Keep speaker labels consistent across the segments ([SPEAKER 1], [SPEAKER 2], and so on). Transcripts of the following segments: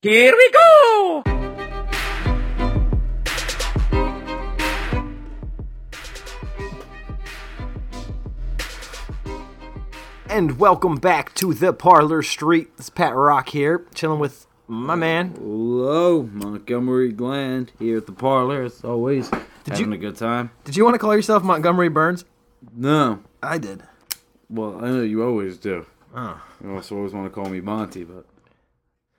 [SPEAKER 1] Here we go!
[SPEAKER 2] And welcome back to the Parlor Street. It's Pat Rock here, chilling with my man.
[SPEAKER 3] Hello, Montgomery Gland here at the parlor. As always, having
[SPEAKER 2] you-
[SPEAKER 3] a good time.
[SPEAKER 2] Did you want to call yourself Montgomery Burns?
[SPEAKER 3] No,
[SPEAKER 2] I did.
[SPEAKER 3] well, I know you always do.
[SPEAKER 2] Oh.
[SPEAKER 3] You also always want to call me Monty, but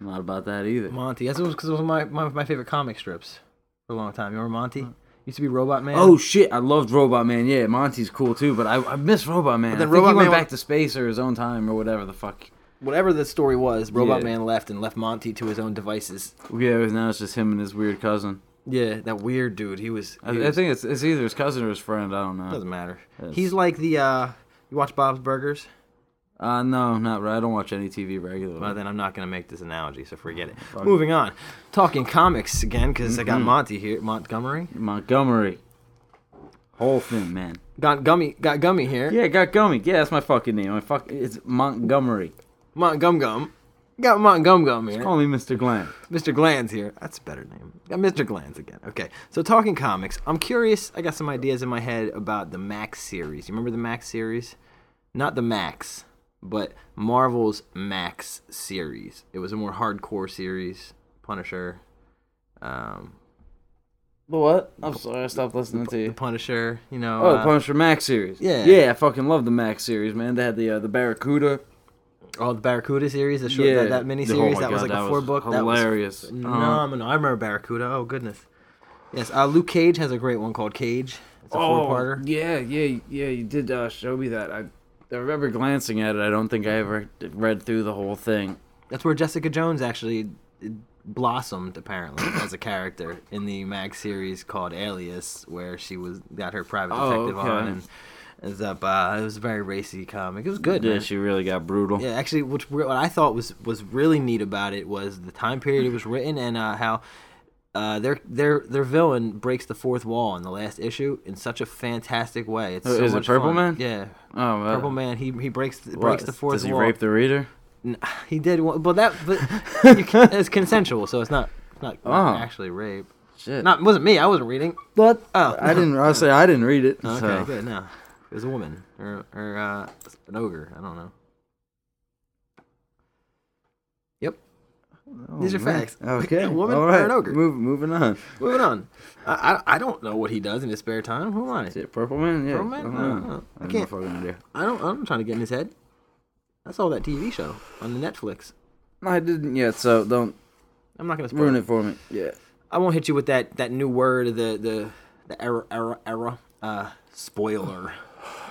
[SPEAKER 3] I'm not about that either.
[SPEAKER 2] Monty. That's because it was my, my my favorite comic strips for a long time. You remember Monty? Used to be Robot Man.
[SPEAKER 3] Oh shit! I loved Robot Man. Yeah, Monty's cool too, but I, I miss Robot
[SPEAKER 2] then
[SPEAKER 3] Man. I think
[SPEAKER 2] Robot
[SPEAKER 3] he went
[SPEAKER 2] Man-
[SPEAKER 3] back to space or his own time or whatever the fuck.
[SPEAKER 2] whatever the story was, Robot
[SPEAKER 3] Yeah.
[SPEAKER 2] Man left and left Monty to his own devices.
[SPEAKER 3] Yeah, now it's just him and his weird cousin.
[SPEAKER 2] Yeah, that weird dude. He was.
[SPEAKER 3] I,
[SPEAKER 2] he
[SPEAKER 3] I
[SPEAKER 2] was-
[SPEAKER 3] think it's it's either his cousin or his friend. I don't know.
[SPEAKER 2] doesn't matter.
[SPEAKER 3] Yes.
[SPEAKER 2] He's like the. uh You watch Bob's Burgers?
[SPEAKER 3] Uh, no, not right. I don't watch any TV regularly.
[SPEAKER 2] Well, then I'm not going to make this analogy, so forget it. Mm-hmm. Moving on. Talking comics again, because I got Monty here, Montgomery.
[SPEAKER 3] Montgomery, whole thing, man.
[SPEAKER 2] Got gummy, got gummy here.
[SPEAKER 3] Yeah, got gummy. Yeah, that's my fucking name. My fuck, it's Montgomery.
[SPEAKER 2] Mont Gum Gum. Got Mont Gum Gum here.
[SPEAKER 3] Call me Mr. Glenn.
[SPEAKER 2] Mr. Glanz here. That's a better name. Got Mr. Glanz again. Okay. So talking comics, I'm curious. I got some ideas in my head about the Max series. You remember the Max series? Not the Max, but Marvel's Max series. It was a more hardcore series. Punisher, um,
[SPEAKER 3] The what? I'm sorry, I stopped listening to
[SPEAKER 2] the
[SPEAKER 3] you.
[SPEAKER 2] Punisher. You know.
[SPEAKER 3] Oh, the
[SPEAKER 2] uh,
[SPEAKER 3] Punisher Max series.
[SPEAKER 2] yeah.
[SPEAKER 3] yeah, I fucking love the Max series, man. They had the uh, the Barracuda.
[SPEAKER 2] Oh, the Barracuda series, the short,
[SPEAKER 3] yeah,
[SPEAKER 2] that, that mini
[SPEAKER 3] The- oh
[SPEAKER 2] series,
[SPEAKER 3] my
[SPEAKER 2] that was
[SPEAKER 3] God,
[SPEAKER 2] like a four book. That was
[SPEAKER 3] Hilarious. Uh-huh.
[SPEAKER 2] phenomenal. I remember Barracuda. Oh goodness. Yes, uh, Luke Cage has a great one called Cage. It's a
[SPEAKER 3] Oh,
[SPEAKER 2] four-parter.
[SPEAKER 3] yeah, yeah, yeah. You did uh, show me that. I, I remember glancing at it. I don't think I ever read through the whole thing.
[SPEAKER 2] That's where Jessica Jones actually uh, blossomed apparently as a character in the Mag series called Alias, where she was got her private
[SPEAKER 3] Oh,
[SPEAKER 2] detective
[SPEAKER 3] okay.
[SPEAKER 2] on and ends up. Uh, it was a very racy comic. It was good.
[SPEAKER 3] Yeah,
[SPEAKER 2] man.
[SPEAKER 3] she really got brutal.
[SPEAKER 2] Yeah, actually, which re- what I thought was was really neat about it was the time period it was written and uh, how uh, their their their villain breaks the fourth wall in the last issue in such a fantastic way. It's
[SPEAKER 3] Oh,
[SPEAKER 2] so
[SPEAKER 3] is it
[SPEAKER 2] much
[SPEAKER 3] Purple
[SPEAKER 2] fun.
[SPEAKER 3] Man?
[SPEAKER 2] Yeah,
[SPEAKER 3] Oh, well,
[SPEAKER 2] Purple Man. He he breaks the,
[SPEAKER 3] what,
[SPEAKER 2] breaks the fourth
[SPEAKER 3] Does he
[SPEAKER 2] wall.
[SPEAKER 3] rape the reader?
[SPEAKER 2] N- He did one, but that but you can, it's consensual, so it's not not, not
[SPEAKER 3] Oh.
[SPEAKER 2] actually rape.
[SPEAKER 3] Shit.
[SPEAKER 2] Not wasn't me. I wasn't reading.
[SPEAKER 3] What?
[SPEAKER 2] Oh.
[SPEAKER 3] I didn't. I say I didn't read it.
[SPEAKER 2] Okay,
[SPEAKER 3] so.
[SPEAKER 2] good. No, it was a woman or or uh, an ogre. I don't know. Yep. These are facts.
[SPEAKER 3] Oh, Okay.
[SPEAKER 2] A woman
[SPEAKER 3] All
[SPEAKER 2] or
[SPEAKER 3] right.
[SPEAKER 2] an ogre.
[SPEAKER 3] Move, moving on.
[SPEAKER 2] Moving on. I, I I don't know what he does in his spare time. Who am I?
[SPEAKER 3] Is it Purple Man? Yeah.
[SPEAKER 2] Purple Man?
[SPEAKER 3] I don't
[SPEAKER 2] I don't
[SPEAKER 3] know.
[SPEAKER 2] know. I
[SPEAKER 3] I
[SPEAKER 2] can't-
[SPEAKER 3] can't. fucking idea.
[SPEAKER 2] I don't. I'm trying to get in his head. I saw that TV show on the Netflix.
[SPEAKER 3] No, I didn't yet, so don't
[SPEAKER 2] I'm not gonna spoil
[SPEAKER 3] ruin
[SPEAKER 2] it.
[SPEAKER 3] it for me. Yeah.
[SPEAKER 2] I won't hit you with that that new word. The the the error error error. Uh, spoiler.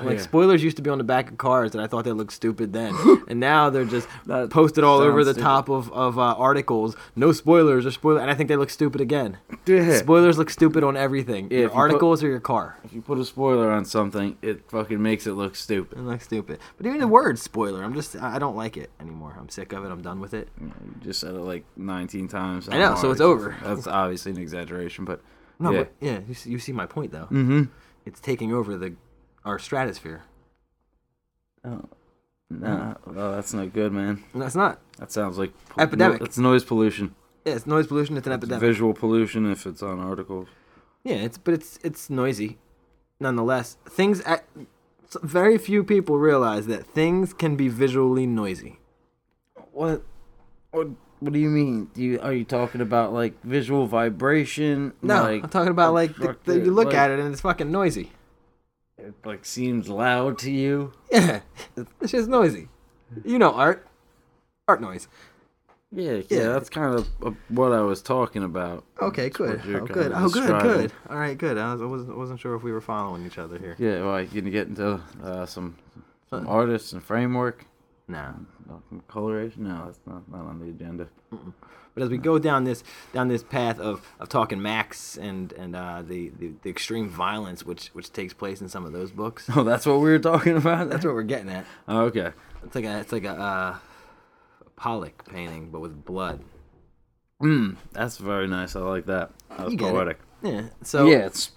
[SPEAKER 2] Like
[SPEAKER 3] Yeah.
[SPEAKER 2] spoilers used to be on the back of cars, and I thought they looked stupid then, and now they're just
[SPEAKER 3] That
[SPEAKER 2] posted all over
[SPEAKER 3] sounds
[SPEAKER 2] the
[SPEAKER 3] stupid.
[SPEAKER 2] top of of uh, articles. No spoilers or spoiler, and I think they look stupid again.
[SPEAKER 3] Yeah.
[SPEAKER 2] Spoilers look stupid on everything.
[SPEAKER 3] Yeah, if you
[SPEAKER 2] your
[SPEAKER 3] put-
[SPEAKER 2] articles or your car.
[SPEAKER 3] if you put a spoiler on something, it fucking makes it look stupid.
[SPEAKER 2] It looks stupid. But even the word spoiler, I'm just I I don't like it anymore. I'm sick of it. I'm done with it.
[SPEAKER 3] You just said it like 19 times.
[SPEAKER 2] I know,
[SPEAKER 3] don't
[SPEAKER 2] so it's
[SPEAKER 3] like,
[SPEAKER 2] over.
[SPEAKER 3] That's obviously an exaggeration, but
[SPEAKER 2] No,
[SPEAKER 3] yeah.
[SPEAKER 2] but yeah, you see, you see my point though.
[SPEAKER 3] mm-hmm.
[SPEAKER 2] It's taking over the our stratosphere.
[SPEAKER 3] Oh. Nah, well, that's not good, man.
[SPEAKER 2] No, it's not.
[SPEAKER 3] That sounds like
[SPEAKER 2] Epidemic.
[SPEAKER 3] No, it's noise pollution.
[SPEAKER 2] Yeah, it's noise pollution. It's an
[SPEAKER 3] It's
[SPEAKER 2] epidemic.
[SPEAKER 3] visual pollution if it's on articles.
[SPEAKER 2] Yeah, it's but it's it's noisy, nonetheless. Things at, s- very few people realize that things can be visually noisy.
[SPEAKER 3] What? What? What do you mean? Do you are you talking about like visual vibration?
[SPEAKER 2] No,
[SPEAKER 3] like,
[SPEAKER 2] I'm talking about like the, the,
[SPEAKER 3] obstructed,
[SPEAKER 2] you look
[SPEAKER 3] like,
[SPEAKER 2] at it and it's fucking noisy.
[SPEAKER 3] It like seems loud to you.
[SPEAKER 2] Yeah, it's just noisy. You know art, art noise.
[SPEAKER 3] Yeah, yeah,
[SPEAKER 2] Yeah.
[SPEAKER 3] that's kind of uh, what I was talking about.
[SPEAKER 2] Okay, good.
[SPEAKER 3] what you're
[SPEAKER 2] Oh, good.
[SPEAKER 3] kinda
[SPEAKER 2] Oh, good.
[SPEAKER 3] describing.
[SPEAKER 2] Good. All right, good. I, was, I wasn't, wasn't sure if we were following each other here.
[SPEAKER 3] Yeah, well, you can get into uh, some some artists and framework,
[SPEAKER 2] Nah.
[SPEAKER 3] uh, some coloration. No, that's not not on the agenda.
[SPEAKER 2] But as we go down this down this path of, of talking Max and and uh, the, the the extreme violence which which takes place in some of those books,
[SPEAKER 3] Oh, that's what we were talking about. Oh,
[SPEAKER 2] that's what we're getting at.
[SPEAKER 3] okay.
[SPEAKER 2] It's like a it's like a, uh, a Pollock painting, but with blood.
[SPEAKER 3] Mm, that's Hmm, very nice. I like that. That was
[SPEAKER 2] You get it.
[SPEAKER 3] poetic.
[SPEAKER 2] Yeah. So
[SPEAKER 3] yeah, it's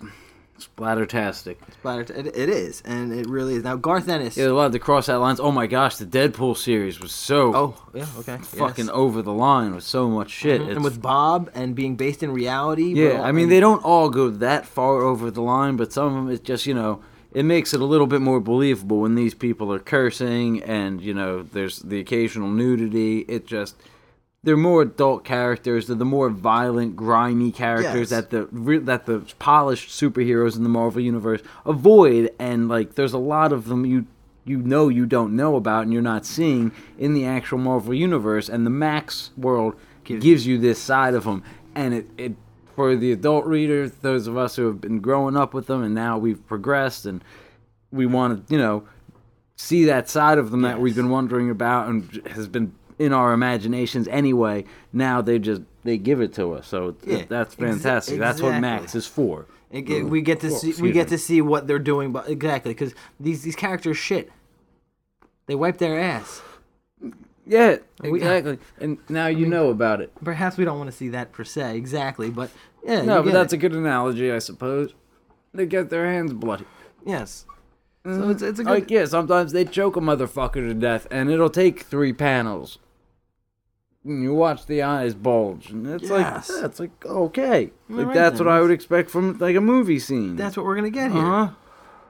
[SPEAKER 3] Splattertastic.
[SPEAKER 2] Splatter. It, it is, and it really is. Now Garth Ennis.
[SPEAKER 3] Yeah, allowed to cross that lines. Oh my gosh, the Deadpool series was so
[SPEAKER 2] Oh, yeah, okay. yes. Uh-huh.
[SPEAKER 3] fucking over the line with so much shit. It's-
[SPEAKER 2] and with Bob and being based in reality.
[SPEAKER 3] yeah,
[SPEAKER 2] but-
[SPEAKER 3] I mean they don't all go that far over the line, but some of them it just you know it makes it a little bit more believable when these people are cursing and you know there's the occasional nudity. It just they're more adult characters. They're the more violent, grimy
[SPEAKER 2] Yes.
[SPEAKER 3] characters that the re- that the polished superheroes in the Marvel universe avoid, and like there's a lot of them you you know you don't know about and you're not seeing in the actual Marvel universe, and the Max world gives, you this side of them, and it it for the adult reader, those of us who have been growing up with them, and now we've progressed, and we want to you know see that side of them that we've been wondering about and has been in our imaginations anyway. Now they just they give it to us, so
[SPEAKER 2] Yeah,
[SPEAKER 3] that's
[SPEAKER 2] exa-
[SPEAKER 3] fantastic. That's what Max
[SPEAKER 2] exactly.
[SPEAKER 3] is for.
[SPEAKER 2] It get- we get to see we
[SPEAKER 3] excuse
[SPEAKER 2] get
[SPEAKER 3] me.
[SPEAKER 2] to see what they're doing, but exactly because these these characters shit. They wipe their ass.
[SPEAKER 3] Yeah, exactly. And now you know about it.
[SPEAKER 2] Perhaps we don't want to see that per se, exactly, but yeah,
[SPEAKER 3] No,
[SPEAKER 2] you
[SPEAKER 3] but
[SPEAKER 2] get
[SPEAKER 3] that's
[SPEAKER 2] it.
[SPEAKER 3] a good analogy, I suppose. They get their hands bloody.
[SPEAKER 2] yes. So it's it's a good
[SPEAKER 3] Like yeah, sometimes they choke a motherfucker to death, and it'll take three panels. And you watch the eyes bulge, and it's
[SPEAKER 2] Yes.
[SPEAKER 3] like yeah, it's like okay, like
[SPEAKER 2] right
[SPEAKER 3] that's
[SPEAKER 2] then.
[SPEAKER 3] what I would expect from like a movie scene.
[SPEAKER 2] that's what we're gonna get here.
[SPEAKER 3] uh-huh.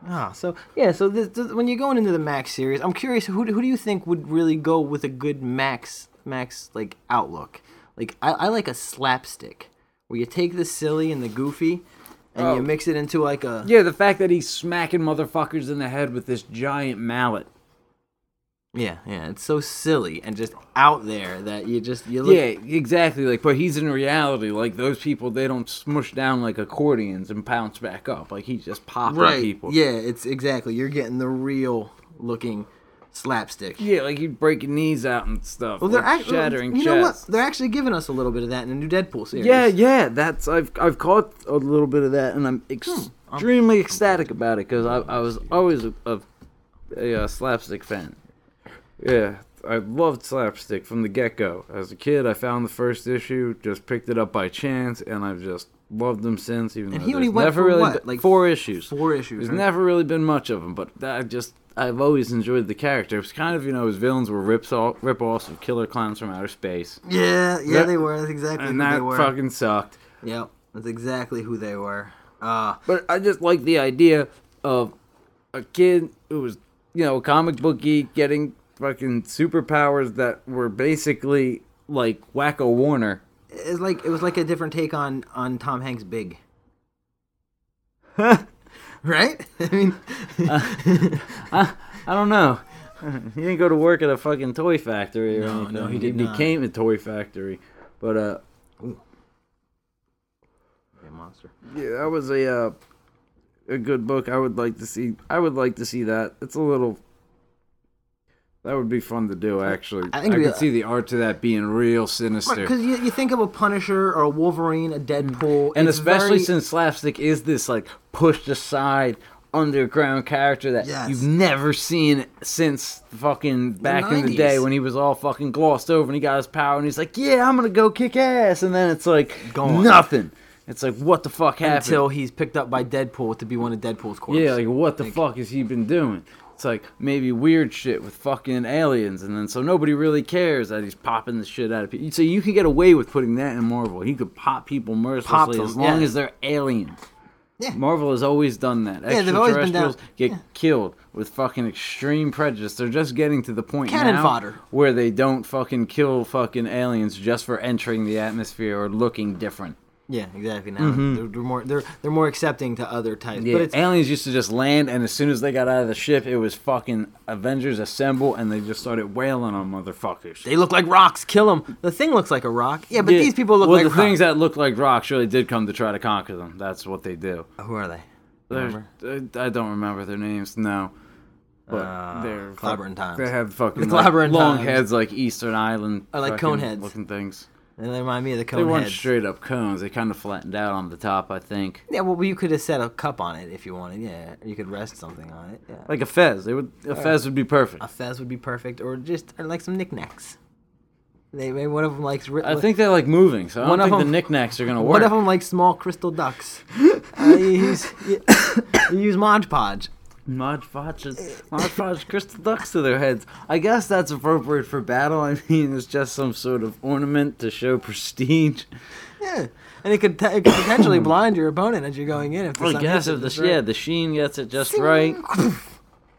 [SPEAKER 2] Ah, so yeah, so this, this, when you're going into the Max series, I'm curious who do- who do you think would really go with a good Max Max like outlook? Like I, I like a slapstick where you take the silly and the goofy, and you mix it into like a
[SPEAKER 3] Oh. Yeah, the fact that he's smacking motherfuckers in the head with this giant mallet.
[SPEAKER 2] yeah yeah. It's so silly and just out there that you just you look
[SPEAKER 3] Yeah, exactly. Like, but he's in reality. Like those people, they don't smush down like accordions and bounce back up. Like he's just popping people.
[SPEAKER 2] Yeah, it's exactly you're getting the real looking slapstick.
[SPEAKER 3] yeah, like he's breaking knees out and stuff.
[SPEAKER 2] Well, they're
[SPEAKER 3] like,
[SPEAKER 2] actually
[SPEAKER 3] shattering
[SPEAKER 2] you know what
[SPEAKER 3] chests.
[SPEAKER 2] they're actually giving us a little bit of that in the new Deadpool series.
[SPEAKER 3] Yeah, yeah. That's I've I've caught a little bit of that, and I'm
[SPEAKER 2] Hmm,
[SPEAKER 3] extremely ecstatic about it because I I was always a, a, a, uh slapstick fan. Yeah, I loved slapstick from the get go. As a kid, I found the first issue, just picked it up by chance, and I've just loved them since. Even
[SPEAKER 2] And
[SPEAKER 3] though
[SPEAKER 2] he only
[SPEAKER 3] there's
[SPEAKER 2] went
[SPEAKER 3] never
[SPEAKER 2] for
[SPEAKER 3] really
[SPEAKER 2] what,
[SPEAKER 3] been-
[SPEAKER 2] like,
[SPEAKER 3] four issues.
[SPEAKER 2] four issues,
[SPEAKER 3] There's
[SPEAKER 2] right?
[SPEAKER 3] never really been much of them, but that I just I've always enjoyed the character. It was kind of you know his villains were rips off rip offs of killer clowns from outer space,
[SPEAKER 2] yeah, yeah,
[SPEAKER 3] That-
[SPEAKER 2] they were. That's exactly
[SPEAKER 3] and
[SPEAKER 2] who they
[SPEAKER 3] that
[SPEAKER 2] were.
[SPEAKER 3] fucking sucked.
[SPEAKER 2] Yep, that's exactly who they were. Uh,
[SPEAKER 3] But I just like the idea of a kid who was, you know, a comic book geek getting fucking superpowers that were basically like Wacko Warner.
[SPEAKER 2] it's like it was like a different take on on Tom Hanks' Big. right? I mean,
[SPEAKER 3] I don't know. he didn't go to work at a fucking toy factory or
[SPEAKER 2] No,
[SPEAKER 3] anything.
[SPEAKER 2] no, he
[SPEAKER 3] he,
[SPEAKER 2] did not.
[SPEAKER 3] became a toy factory. But uh
[SPEAKER 2] monster.
[SPEAKER 3] yeah, that was a uh, a good book. I would like to see I would like to see that. It's a little that would be fun to do actually.
[SPEAKER 2] I
[SPEAKER 3] I,
[SPEAKER 2] think we-
[SPEAKER 3] could see the art to that being real sinister.
[SPEAKER 2] Because you, you think of a Punisher or a Wolverine, a Deadpool,
[SPEAKER 3] Mm. and
[SPEAKER 2] it's
[SPEAKER 3] especially
[SPEAKER 2] very-
[SPEAKER 3] since slapstick is this like pushed aside underground character that
[SPEAKER 2] Yes.
[SPEAKER 3] you've never seen since fucking back in the
[SPEAKER 2] 90s.
[SPEAKER 3] day when he was all fucking glossed over and he got his power and he's like, yeah, I'm gonna go kick ass, and then it's like
[SPEAKER 2] Gone.
[SPEAKER 3] nothing. It's like what the fuck happened?
[SPEAKER 2] until he's picked up by Deadpool to be one of Deadpool's corpse.
[SPEAKER 3] yeah, like what the fuck has he been doing? It's like maybe weird shit with fucking aliens, and then so nobody really cares that he's popping the shit out of people. So you can get away with putting that in Marvel. He could pop people mercilessly
[SPEAKER 2] them,
[SPEAKER 3] as long
[SPEAKER 2] yeah.
[SPEAKER 3] as they're aliens.
[SPEAKER 2] Yeah.
[SPEAKER 3] Marvel has always done that.
[SPEAKER 2] they've always been down-
[SPEAKER 3] Extraterrestrials get killed with fucking extreme prejudice. They're just getting to the point
[SPEAKER 2] Cannon
[SPEAKER 3] now
[SPEAKER 2] fodder.
[SPEAKER 3] where they don't fucking kill fucking aliens just for entering the atmosphere or looking different.
[SPEAKER 2] yeah, exactly. Now they're, they're more they're they're more accepting to other types.
[SPEAKER 3] Mm-hmm. Yeah,
[SPEAKER 2] But it's
[SPEAKER 3] aliens used to just land, and as soon as they got out of the ship, it was fucking Avengers assemble, and they just started wailing on motherfuckers.
[SPEAKER 2] they look like rocks. Kill them. The thing looks like a rock. Yeah, but
[SPEAKER 3] Yeah,
[SPEAKER 2] these people look
[SPEAKER 3] well,
[SPEAKER 2] like
[SPEAKER 3] the
[SPEAKER 2] rocks.
[SPEAKER 3] things that look like rocks really did come to try to conquer them. That's what they do.
[SPEAKER 2] Who are they?
[SPEAKER 3] They're- I I don't remember their names. No, but
[SPEAKER 2] Uh,
[SPEAKER 3] they're fuck-
[SPEAKER 2] Clobbering Times.
[SPEAKER 3] They have fucking
[SPEAKER 2] The
[SPEAKER 3] like,
[SPEAKER 2] Clobbering
[SPEAKER 3] long
[SPEAKER 2] Times.
[SPEAKER 3] heads like Eastern Island.
[SPEAKER 2] Or like
[SPEAKER 3] fucking
[SPEAKER 2] cone heads.
[SPEAKER 3] looking things.
[SPEAKER 2] And they remind me of the
[SPEAKER 3] They
[SPEAKER 2] cone
[SPEAKER 3] weren't
[SPEAKER 2] heads.
[SPEAKER 3] straight up cones. They kind of flattened out on the top, I think,
[SPEAKER 2] Yeah, well, you could have set a cup on it if you wanted. Yeah, you could rest something on it. Yeah.
[SPEAKER 3] like a fez. They would a fez would be perfect.
[SPEAKER 2] a fez would be perfect, or just or like some knickknacks. They maybe one of them likes. ri-
[SPEAKER 3] I think they like moving, so I don't
[SPEAKER 2] One of
[SPEAKER 3] think the
[SPEAKER 2] them-
[SPEAKER 3] knickknacks are gonna work.
[SPEAKER 2] one of them likes small crystal ducks. Uh, you, use, you, you use Mod Podge.
[SPEAKER 3] Mod Podge's Mod Podge crystal ducks to their heads. I guess that's appropriate for battle. I mean, it's just some sort of ornament to show prestige.
[SPEAKER 2] Yeah, and it could, t- it could potentially blind your opponent as you're going in. If for
[SPEAKER 3] I
[SPEAKER 2] some
[SPEAKER 3] guess
[SPEAKER 2] reason
[SPEAKER 3] if the
[SPEAKER 2] it's
[SPEAKER 3] sh
[SPEAKER 2] right.
[SPEAKER 3] yeah the sheen gets it just right,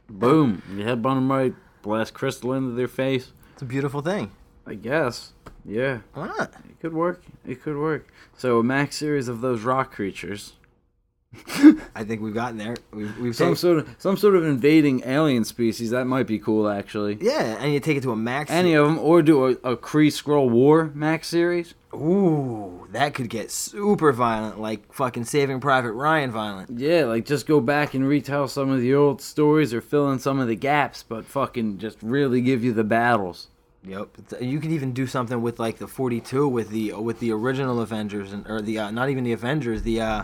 [SPEAKER 3] boom, you headbutt them right, blast crystal into their face.
[SPEAKER 2] it's a beautiful thing.
[SPEAKER 3] I guess, yeah,
[SPEAKER 2] Why not?
[SPEAKER 3] it could work. It could work. So a max series of those rock creatures,
[SPEAKER 2] I think we've gotten there. We've, we've
[SPEAKER 3] some
[SPEAKER 2] taken-
[SPEAKER 3] sort of some sort of invading alien species that might be cool actually.
[SPEAKER 2] yeah, and you take it to a max.
[SPEAKER 3] Any of them, or do a, a Kree Scroll War max series.
[SPEAKER 2] Ooh, that could get super violent, like fucking Saving Private Ryan violent.
[SPEAKER 3] Yeah, like just go back and retell some of the old stories or fill in some of the gaps, but fucking just really give you the battles.
[SPEAKER 2] Yep. It's- You could even do something with like the 42 with the with the original Avengers and or the uh, not even the Avengers, the uh,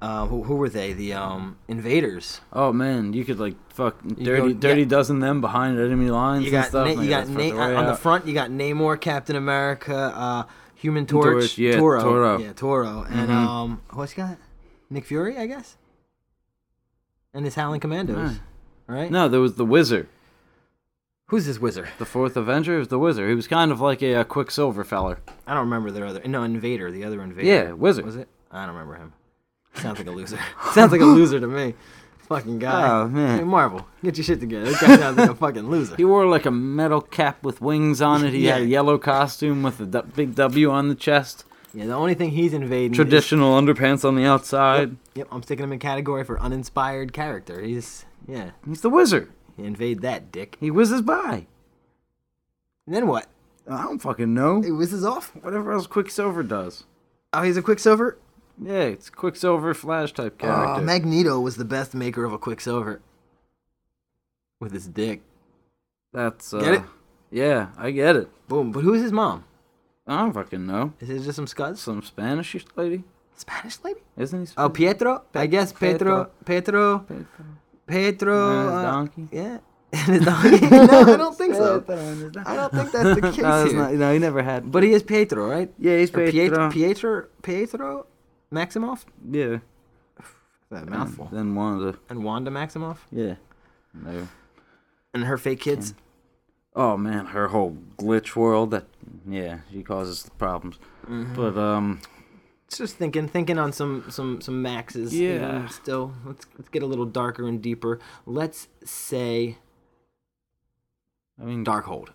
[SPEAKER 2] uh who, who were they? The um invaders.
[SPEAKER 3] Oh man, you could like fuck dirty,
[SPEAKER 2] go-
[SPEAKER 3] dirty
[SPEAKER 2] yeah.
[SPEAKER 3] dozen them behind enemy lines
[SPEAKER 2] You
[SPEAKER 3] and
[SPEAKER 2] got
[SPEAKER 3] stuff.
[SPEAKER 2] Na- you
[SPEAKER 3] like,
[SPEAKER 2] got
[SPEAKER 3] that's
[SPEAKER 2] Na-
[SPEAKER 3] fucking way
[SPEAKER 2] on the
[SPEAKER 3] out.
[SPEAKER 2] front. You got Namor, Captain America, uh, Human Torch,
[SPEAKER 3] Torch, yeah,
[SPEAKER 2] Toro,
[SPEAKER 3] Toro. Mm-hmm.
[SPEAKER 2] yeah, Toro, and um, what's he got? Nick Fury, I guess, and his Howling Commandos, right?
[SPEAKER 3] No, there was the Wizard,
[SPEAKER 2] Who's this wizard?
[SPEAKER 3] the Fourth Avenger. Was the Wizard? He was kind of like a, uh Quicksilver feller.
[SPEAKER 2] I don't remember their other. No, Invader, the other Invader.
[SPEAKER 3] Yeah, Wizard.
[SPEAKER 2] was it? I don't remember him. Sounds like a loser. sounds like a loser to me. Fucking guy.
[SPEAKER 3] Oh, man.
[SPEAKER 2] Hey, Marvel, get your shit together. This guy sounds like a fucking loser.
[SPEAKER 3] He wore like a metal cap with wings on it. He had a
[SPEAKER 2] Yeah.
[SPEAKER 3] yellow costume with a du- big W on the chest.
[SPEAKER 2] Yeah, the only thing he's invading. is-
[SPEAKER 3] Traditional underpants on the outside.
[SPEAKER 2] Yep, I'm sticking him in category for uninspired character. He's yeah,
[SPEAKER 3] He's the Wizard.
[SPEAKER 2] invade that dick.
[SPEAKER 3] He whizzes by.
[SPEAKER 2] And then what?
[SPEAKER 3] I don't fucking know.
[SPEAKER 2] It whizzes off.
[SPEAKER 3] Whatever else Quicksilver does.
[SPEAKER 2] Oh, he's a Quicksilver.
[SPEAKER 3] Yeah, it's Quicksilver Flash type
[SPEAKER 2] Oh,
[SPEAKER 3] character.
[SPEAKER 2] Magneto was the best maker of a Quicksilver. With his dick.
[SPEAKER 3] That's uh,
[SPEAKER 2] Get it?
[SPEAKER 3] Yeah, I get it.
[SPEAKER 2] Boom. But who's his mom?
[SPEAKER 3] I don't fucking know.
[SPEAKER 2] Is it just some scuds?
[SPEAKER 3] Some Spanish lady,
[SPEAKER 2] Spanish lady?
[SPEAKER 3] isn't he?
[SPEAKER 2] Oh, Pietro. I guess Pedro. Pedro.
[SPEAKER 3] Spanish?
[SPEAKER 2] Pedro.
[SPEAKER 3] And his
[SPEAKER 2] Oh. uh,
[SPEAKER 3] donkey?
[SPEAKER 2] Yeah. And his donkey. no, I don't think so. I don't think that's the case
[SPEAKER 3] no, it's
[SPEAKER 2] here.
[SPEAKER 3] not- no, he never had.
[SPEAKER 2] But he is Pietro, right?
[SPEAKER 3] yeah, he's
[SPEAKER 2] Or
[SPEAKER 3] Pedro.
[SPEAKER 2] Piet- Pietro. Pietro. Maximoff.
[SPEAKER 3] yeah,
[SPEAKER 2] That
[SPEAKER 3] mouthful. Then one of the
[SPEAKER 2] And Wanda Maximoff.
[SPEAKER 3] yeah. No.
[SPEAKER 2] And her fake kids.
[SPEAKER 3] Oh man, her whole glitch world. That yeah, she causes problems.
[SPEAKER 2] Mm-hmm.
[SPEAKER 3] But um,
[SPEAKER 2] It's just thinking, thinking on some some some maxes. you know,
[SPEAKER 3] Yeah.
[SPEAKER 2] still, let's let's get a little darker and deeper. Let's say
[SPEAKER 3] I mean,
[SPEAKER 2] Darkhold.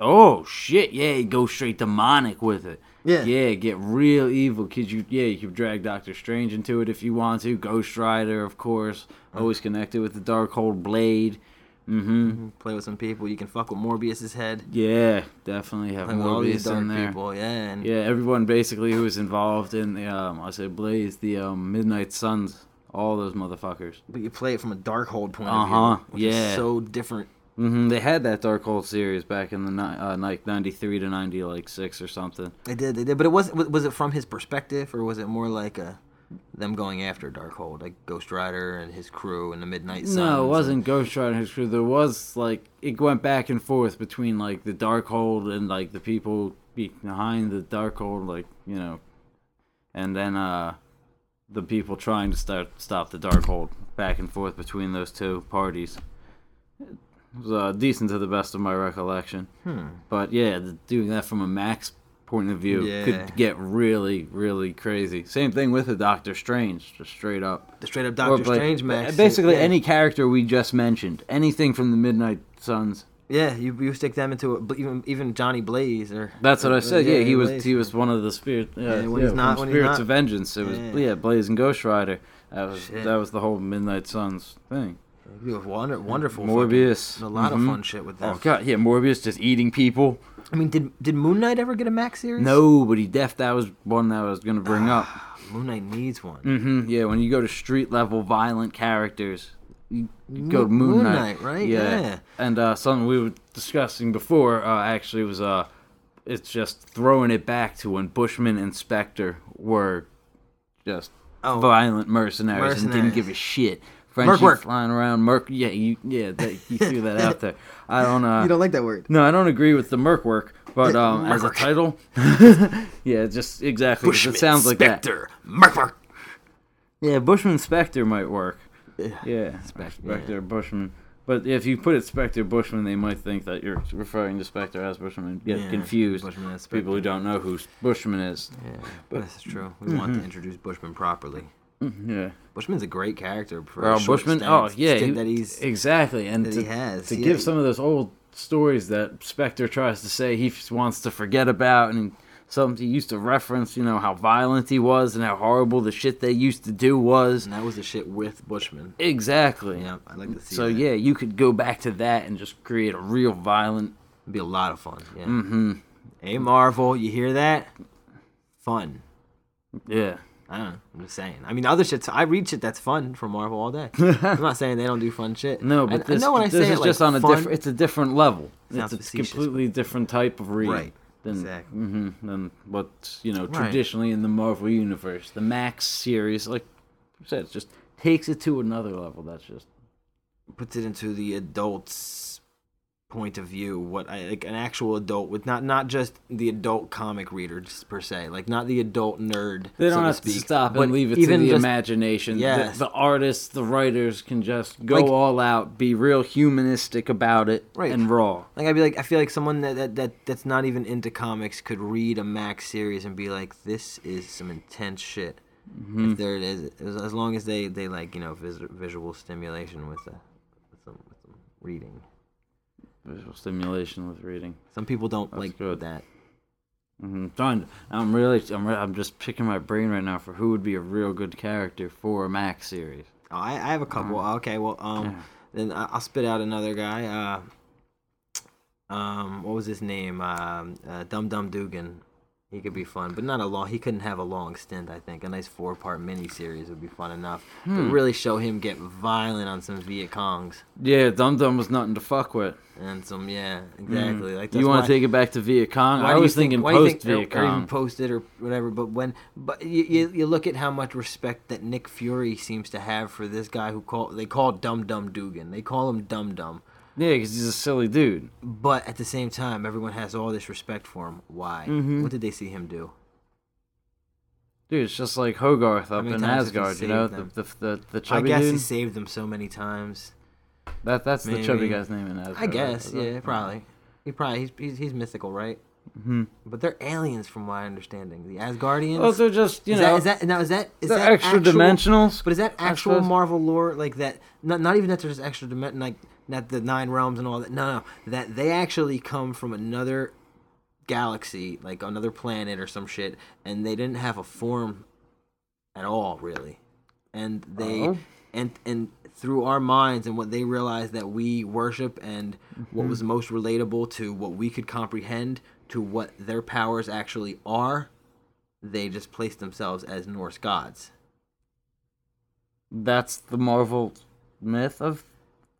[SPEAKER 3] Oh shit! Yeah, go straight demonic with it.
[SPEAKER 2] Yeah.
[SPEAKER 3] yeah, get real evil. Could you? Yeah, you could drag Doctor Strange into it if you want to. Ghost Rider, of course, always connected with the Darkhold blade. Mm-hmm.
[SPEAKER 2] Play with some people. You can fuck with Morbius's head.
[SPEAKER 3] Yeah, definitely have
[SPEAKER 2] Play with all these
[SPEAKER 3] Morbius
[SPEAKER 2] dark
[SPEAKER 3] in there.
[SPEAKER 2] people. Yeah. And
[SPEAKER 3] Yeah, everyone basically who was involved in the um, I say Blaze, the um, Midnight Suns, all those motherfuckers.
[SPEAKER 2] But you play it from a Darkhold point
[SPEAKER 3] Uh-huh,
[SPEAKER 2] of view. Which Is
[SPEAKER 3] yeah.
[SPEAKER 2] so different.
[SPEAKER 3] hmm They had that Darkhold series back in the ni- uh, like '93 to '90, like six or something.
[SPEAKER 2] They did. They did. But it was was was it from his perspective or was it more like a them going after Darkhold, like Ghost Rider and his crew and the Midnight Sun?
[SPEAKER 3] No, it wasn't Ghost Rider and his crew. There was like it went back and forth between like the Darkhold and like the people be- behind the Darkhold, like you know, and then uh the people trying to start stop the Darkhold. Back and forth between those two parties. It was uh, decent to the best of my recollection. But yeah, th- doing that from a Max point of view
[SPEAKER 2] Yeah.
[SPEAKER 3] could get really, really crazy. Same thing with the Doctor Strange, just straight up.
[SPEAKER 2] The straight up
[SPEAKER 3] Or
[SPEAKER 2] Doctor
[SPEAKER 3] Blade.
[SPEAKER 2] Strange Max.
[SPEAKER 3] Basically,
[SPEAKER 2] Yeah.
[SPEAKER 3] any character we just mentioned, anything from the Midnight Suns.
[SPEAKER 2] Yeah, you you stick them into a, even even Johnny Blaze or
[SPEAKER 3] That's what I said. Yeah, he was
[SPEAKER 2] Blaze.
[SPEAKER 3] he was one of the spirit. Uh,
[SPEAKER 2] Yeah, when
[SPEAKER 3] yeah,
[SPEAKER 2] he's not-
[SPEAKER 3] from
[SPEAKER 2] when he's
[SPEAKER 3] Spirits
[SPEAKER 2] not-
[SPEAKER 3] of Vengeance. It was
[SPEAKER 2] Yeah.
[SPEAKER 3] yeah. Blaze and Ghost Rider. That was
[SPEAKER 2] Shit.
[SPEAKER 3] that was the whole Midnight Suns thing.
[SPEAKER 2] You have wonder, wonderful
[SPEAKER 3] Morbius.
[SPEAKER 2] fucking- a lot
[SPEAKER 3] Mhm.
[SPEAKER 2] of fun shit with them.
[SPEAKER 3] Oh god, yeah, Morbius just eating people.
[SPEAKER 2] I mean, did did Moon Knight ever get a Max series?
[SPEAKER 3] No, but he deaf. That was one that I was gonna bring
[SPEAKER 2] Ah.
[SPEAKER 3] up.
[SPEAKER 2] Moon Knight needs one.
[SPEAKER 3] hmm Yeah, when you go to street level violent characters, you you go to
[SPEAKER 2] Mo-
[SPEAKER 3] Moon
[SPEAKER 2] Moon Knight,
[SPEAKER 3] Knight,
[SPEAKER 2] right? Yeah.
[SPEAKER 3] And uh, something we were discussing before uh, actually was uh, it's just throwing it back to when Bushman and Spectre were just
[SPEAKER 2] Oh.
[SPEAKER 3] violent mercenaries, and didn't
[SPEAKER 2] Mercenaries.
[SPEAKER 3] give a shit. Frenchies
[SPEAKER 2] work.
[SPEAKER 3] flying around, merc. Yeah, you yeah, that, you threw that out there. I don't. Uh,
[SPEAKER 2] You don't like that word.
[SPEAKER 3] no, I don't agree with the merc work, but
[SPEAKER 2] Yeah,
[SPEAKER 3] um, as a
[SPEAKER 2] merc.
[SPEAKER 3] title, yeah, just exactly. 'cause
[SPEAKER 2] Bushman,
[SPEAKER 3] it sounds like that.
[SPEAKER 2] Spectre, Merc, Merc.
[SPEAKER 3] Yeah, Bushman Spectre might work.
[SPEAKER 2] Yeah.
[SPEAKER 3] Yeah,
[SPEAKER 2] Spec-
[SPEAKER 3] Spectre Bushman. But if you put it Spectre Bushman, they might think that you're referring to Spectre as Bushman and get
[SPEAKER 2] Yeah,
[SPEAKER 3] confused.
[SPEAKER 2] Bushman as
[SPEAKER 3] People who don't know who Bushman is.
[SPEAKER 2] Yeah, that's true. We want
[SPEAKER 3] Mm-hmm.
[SPEAKER 2] to introduce Bushman properly.
[SPEAKER 3] Yeah.
[SPEAKER 2] Bushman's a great character. For a
[SPEAKER 3] Earl
[SPEAKER 2] short
[SPEAKER 3] Mm-hmm. Bushman.
[SPEAKER 2] stint-
[SPEAKER 3] oh yeah,
[SPEAKER 2] stint
[SPEAKER 3] he-
[SPEAKER 2] that he's
[SPEAKER 3] exactly, and
[SPEAKER 2] that
[SPEAKER 3] to,
[SPEAKER 2] he has.
[SPEAKER 3] to
[SPEAKER 2] Yeah,
[SPEAKER 3] give
[SPEAKER 2] he-
[SPEAKER 3] some of those old stories that Spectre tries to say he f- wants to forget about, and some he used to reference, you know, how violent he was and how horrible the shit they used to do was.
[SPEAKER 2] and that was the shit with Bushman.
[SPEAKER 3] Exactly.
[SPEAKER 2] Yeah, I like to see.
[SPEAKER 3] So
[SPEAKER 2] that.
[SPEAKER 3] yeah, you could go back to that and just create a real violent. hmm,
[SPEAKER 2] It'd be a lot of fun. Yeah.
[SPEAKER 3] Mm.
[SPEAKER 2] Mm-hmm. Hey Marvel, you hear that? Fun.
[SPEAKER 3] Yeah.
[SPEAKER 2] I don't know. I'm just saying. I mean, other shit's. I read shit that's fun from Marvel all day. I'm not saying they don't do fun shit.
[SPEAKER 3] No,
[SPEAKER 2] And
[SPEAKER 3] but this,
[SPEAKER 2] I know when I
[SPEAKER 3] this
[SPEAKER 2] say
[SPEAKER 3] is
[SPEAKER 2] it,
[SPEAKER 3] just
[SPEAKER 2] like,
[SPEAKER 3] on a
[SPEAKER 2] fun-
[SPEAKER 3] different. It's a different level.
[SPEAKER 2] Sounds
[SPEAKER 3] It's a
[SPEAKER 2] facetious,
[SPEAKER 3] completely different type of read
[SPEAKER 2] Right.
[SPEAKER 3] than
[SPEAKER 2] Exactly.
[SPEAKER 3] mhm, than what's you know
[SPEAKER 2] Right.
[SPEAKER 3] traditionally in the Marvel universe. The Max series, like you said, it just takes it to another level. That's just
[SPEAKER 2] puts it into the adult's point of view what i like an actual adult with not not just the adult comic reader just per se like not the adult nerd
[SPEAKER 3] they don't
[SPEAKER 2] so
[SPEAKER 3] have
[SPEAKER 2] to, speak,
[SPEAKER 3] to stop
[SPEAKER 2] but
[SPEAKER 3] and leave it
[SPEAKER 2] even
[SPEAKER 3] to the
[SPEAKER 2] just-
[SPEAKER 3] imagination.
[SPEAKER 2] Yes.
[SPEAKER 3] The, the artists, the writers can just go
[SPEAKER 2] Like-
[SPEAKER 3] all out, be real humanistic about it,
[SPEAKER 2] Right.
[SPEAKER 3] and raw.
[SPEAKER 2] like i'd be like i feel like someone that, that that that's not even into comics could read a max series and be like this is some intense shit if there it is as, as long as they they like you know vis- visual stimulation with the with some, with some reading
[SPEAKER 3] Visual stimulation with reading.
[SPEAKER 2] some people don't like
[SPEAKER 3] good.
[SPEAKER 2] that
[SPEAKER 3] Mhm. Darn, I'm really, I'm, re- I'm just picking my brain right now for who would be a real good character for a Max series.
[SPEAKER 2] Oh, I, I have a couple. okay, well, um, then I, I'll spit out another guy. Uh, um, what was his name? Um, uh, Dum Dum Dugan. He could be fun, but not a long. He couldn't have a long stint. I think a nice four-part miniseries would be fun enough. But really show him get violent on some Viet Congs
[SPEAKER 3] Yeah, Dum Dum was nothing to fuck with.
[SPEAKER 2] and some yeah, exactly. Like that's
[SPEAKER 3] you want
[SPEAKER 2] why-
[SPEAKER 3] to take it back to Viet Cong?
[SPEAKER 2] why
[SPEAKER 3] I
[SPEAKER 2] do you
[SPEAKER 3] was
[SPEAKER 2] think-
[SPEAKER 3] thinking
[SPEAKER 2] why do you think-
[SPEAKER 3] post Viet
[SPEAKER 2] or, or even
[SPEAKER 3] Cong.
[SPEAKER 2] post it or whatever. But when, but you, you you look at how much respect that Nick Fury seems to have for this guy who call they call Dum Dum Dugan. They call him Dum Dum.
[SPEAKER 3] Yeah, because he's a silly dude.
[SPEAKER 2] But at the same time, everyone has all this respect for him. Why?
[SPEAKER 3] Mm-hmm.
[SPEAKER 2] What did they see him do?
[SPEAKER 3] Dude, it's just like Hogarth up
[SPEAKER 2] many
[SPEAKER 3] in
[SPEAKER 2] times have you
[SPEAKER 3] Asgard, you
[SPEAKER 2] saved
[SPEAKER 3] know, the,
[SPEAKER 2] them?
[SPEAKER 3] the, the, the
[SPEAKER 2] I
[SPEAKER 3] chubby
[SPEAKER 2] guess he
[SPEAKER 3] dude.
[SPEAKER 2] saved them so many times.
[SPEAKER 3] That, that's the chubby
[SPEAKER 2] Maybe.
[SPEAKER 3] guy's name in Asgard.
[SPEAKER 2] I guess,
[SPEAKER 3] right?
[SPEAKER 2] yeah, probably. He probably he's he's, he's mythical, right? Mm-hmm. But they're aliens, from my understanding. The Asgardians.
[SPEAKER 3] Well, they're just, you
[SPEAKER 2] is, that,
[SPEAKER 3] know,
[SPEAKER 2] is that now? Is that is
[SPEAKER 3] they're
[SPEAKER 2] that
[SPEAKER 3] extra
[SPEAKER 2] actual-
[SPEAKER 3] dimensionals.
[SPEAKER 2] But is that
[SPEAKER 3] I
[SPEAKER 2] actual
[SPEAKER 3] suppose.
[SPEAKER 2] Marvel lore? Like that? Not, not even that there's extra dimension, like not the nine realms and all that. No, no, that they actually come from another galaxy, like another planet or some shit, and they didn't have a form at all, really. And they
[SPEAKER 3] Oh.
[SPEAKER 2] and and through our minds and what they realized that we worship and what
[SPEAKER 3] Mm-hmm.
[SPEAKER 2] was most relatable to what we could comprehend to what their powers actually are, they just placed themselves as Norse gods.
[SPEAKER 3] That's the Marvel myth of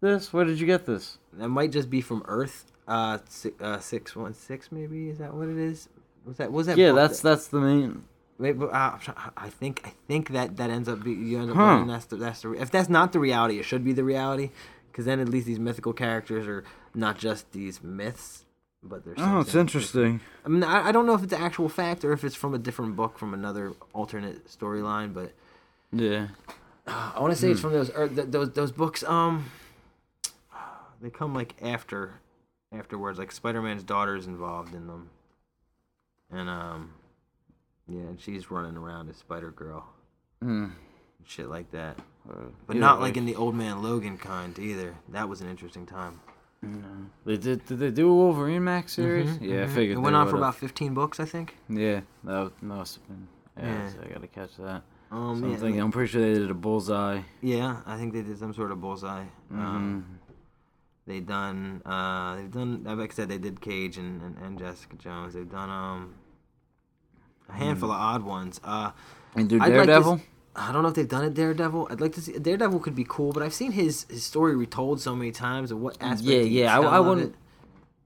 [SPEAKER 3] this? Where did you get this?
[SPEAKER 2] That might just be from Earth. Uh, si- uh, six one six maybe is that what it is? Was that was that?
[SPEAKER 3] Yeah,
[SPEAKER 2] book
[SPEAKER 3] that's
[SPEAKER 2] that,
[SPEAKER 3] that's the main.
[SPEAKER 2] wait, but, uh, I'm try- I think I think that that ends up be, you end up
[SPEAKER 3] Huh.
[SPEAKER 2] learning that's the that's the re- if that's not the reality, it should be the reality, because then at least these mythical characters are not just these myths, but there's.
[SPEAKER 3] Oh, it's interesting.
[SPEAKER 2] I mean, I, I don't know if it's an actual fact or if it's from a different book from another alternate storyline, but
[SPEAKER 3] Yeah.
[SPEAKER 2] I want to say it's from those or th- those those books. Um, they come like after, afterwards. Like Spider Man's daughter is involved in them, and um, yeah, and she's running around as Spider Girl,
[SPEAKER 3] Hmm.
[SPEAKER 2] shit like that.
[SPEAKER 3] But
[SPEAKER 2] But not like in the Old Man Logan kind either. That was an interesting time.
[SPEAKER 3] They did. Did they do a Wolverine Max series?
[SPEAKER 2] Mhm,
[SPEAKER 3] Mm-hmm.
[SPEAKER 2] mhm.
[SPEAKER 3] Yeah, I figured.
[SPEAKER 2] It
[SPEAKER 3] they
[SPEAKER 2] went on for
[SPEAKER 3] would've.
[SPEAKER 2] about fifteen books, I think.
[SPEAKER 3] Yeah, that was, must have been. Yeah,
[SPEAKER 2] Yeah.
[SPEAKER 3] so I gotta catch that.
[SPEAKER 2] Um,
[SPEAKER 3] So I'm
[SPEAKER 2] yeah,
[SPEAKER 3] thinking. I'm pretty sure they did a Bullseye. Mm.
[SPEAKER 2] yeah, I think they did some sort of bullseye.
[SPEAKER 3] Mm-hmm.
[SPEAKER 2] Um, They done. Uh, they've done. Like I said, they did Cage and, and, and Jessica Jones. They've done um a handful of odd ones. Uh,
[SPEAKER 3] And do
[SPEAKER 2] I'd like to s-
[SPEAKER 3] Daredevil.
[SPEAKER 2] I don't know if they've done it Daredevil. I'd like to see Daredevil could be cool, but I've seen his his story retold so many times. And what aspect?
[SPEAKER 3] Yeah,
[SPEAKER 2] he
[SPEAKER 3] yeah, I-
[SPEAKER 2] excelled
[SPEAKER 3] I
[SPEAKER 2] of
[SPEAKER 3] wouldn't-
[SPEAKER 2] it.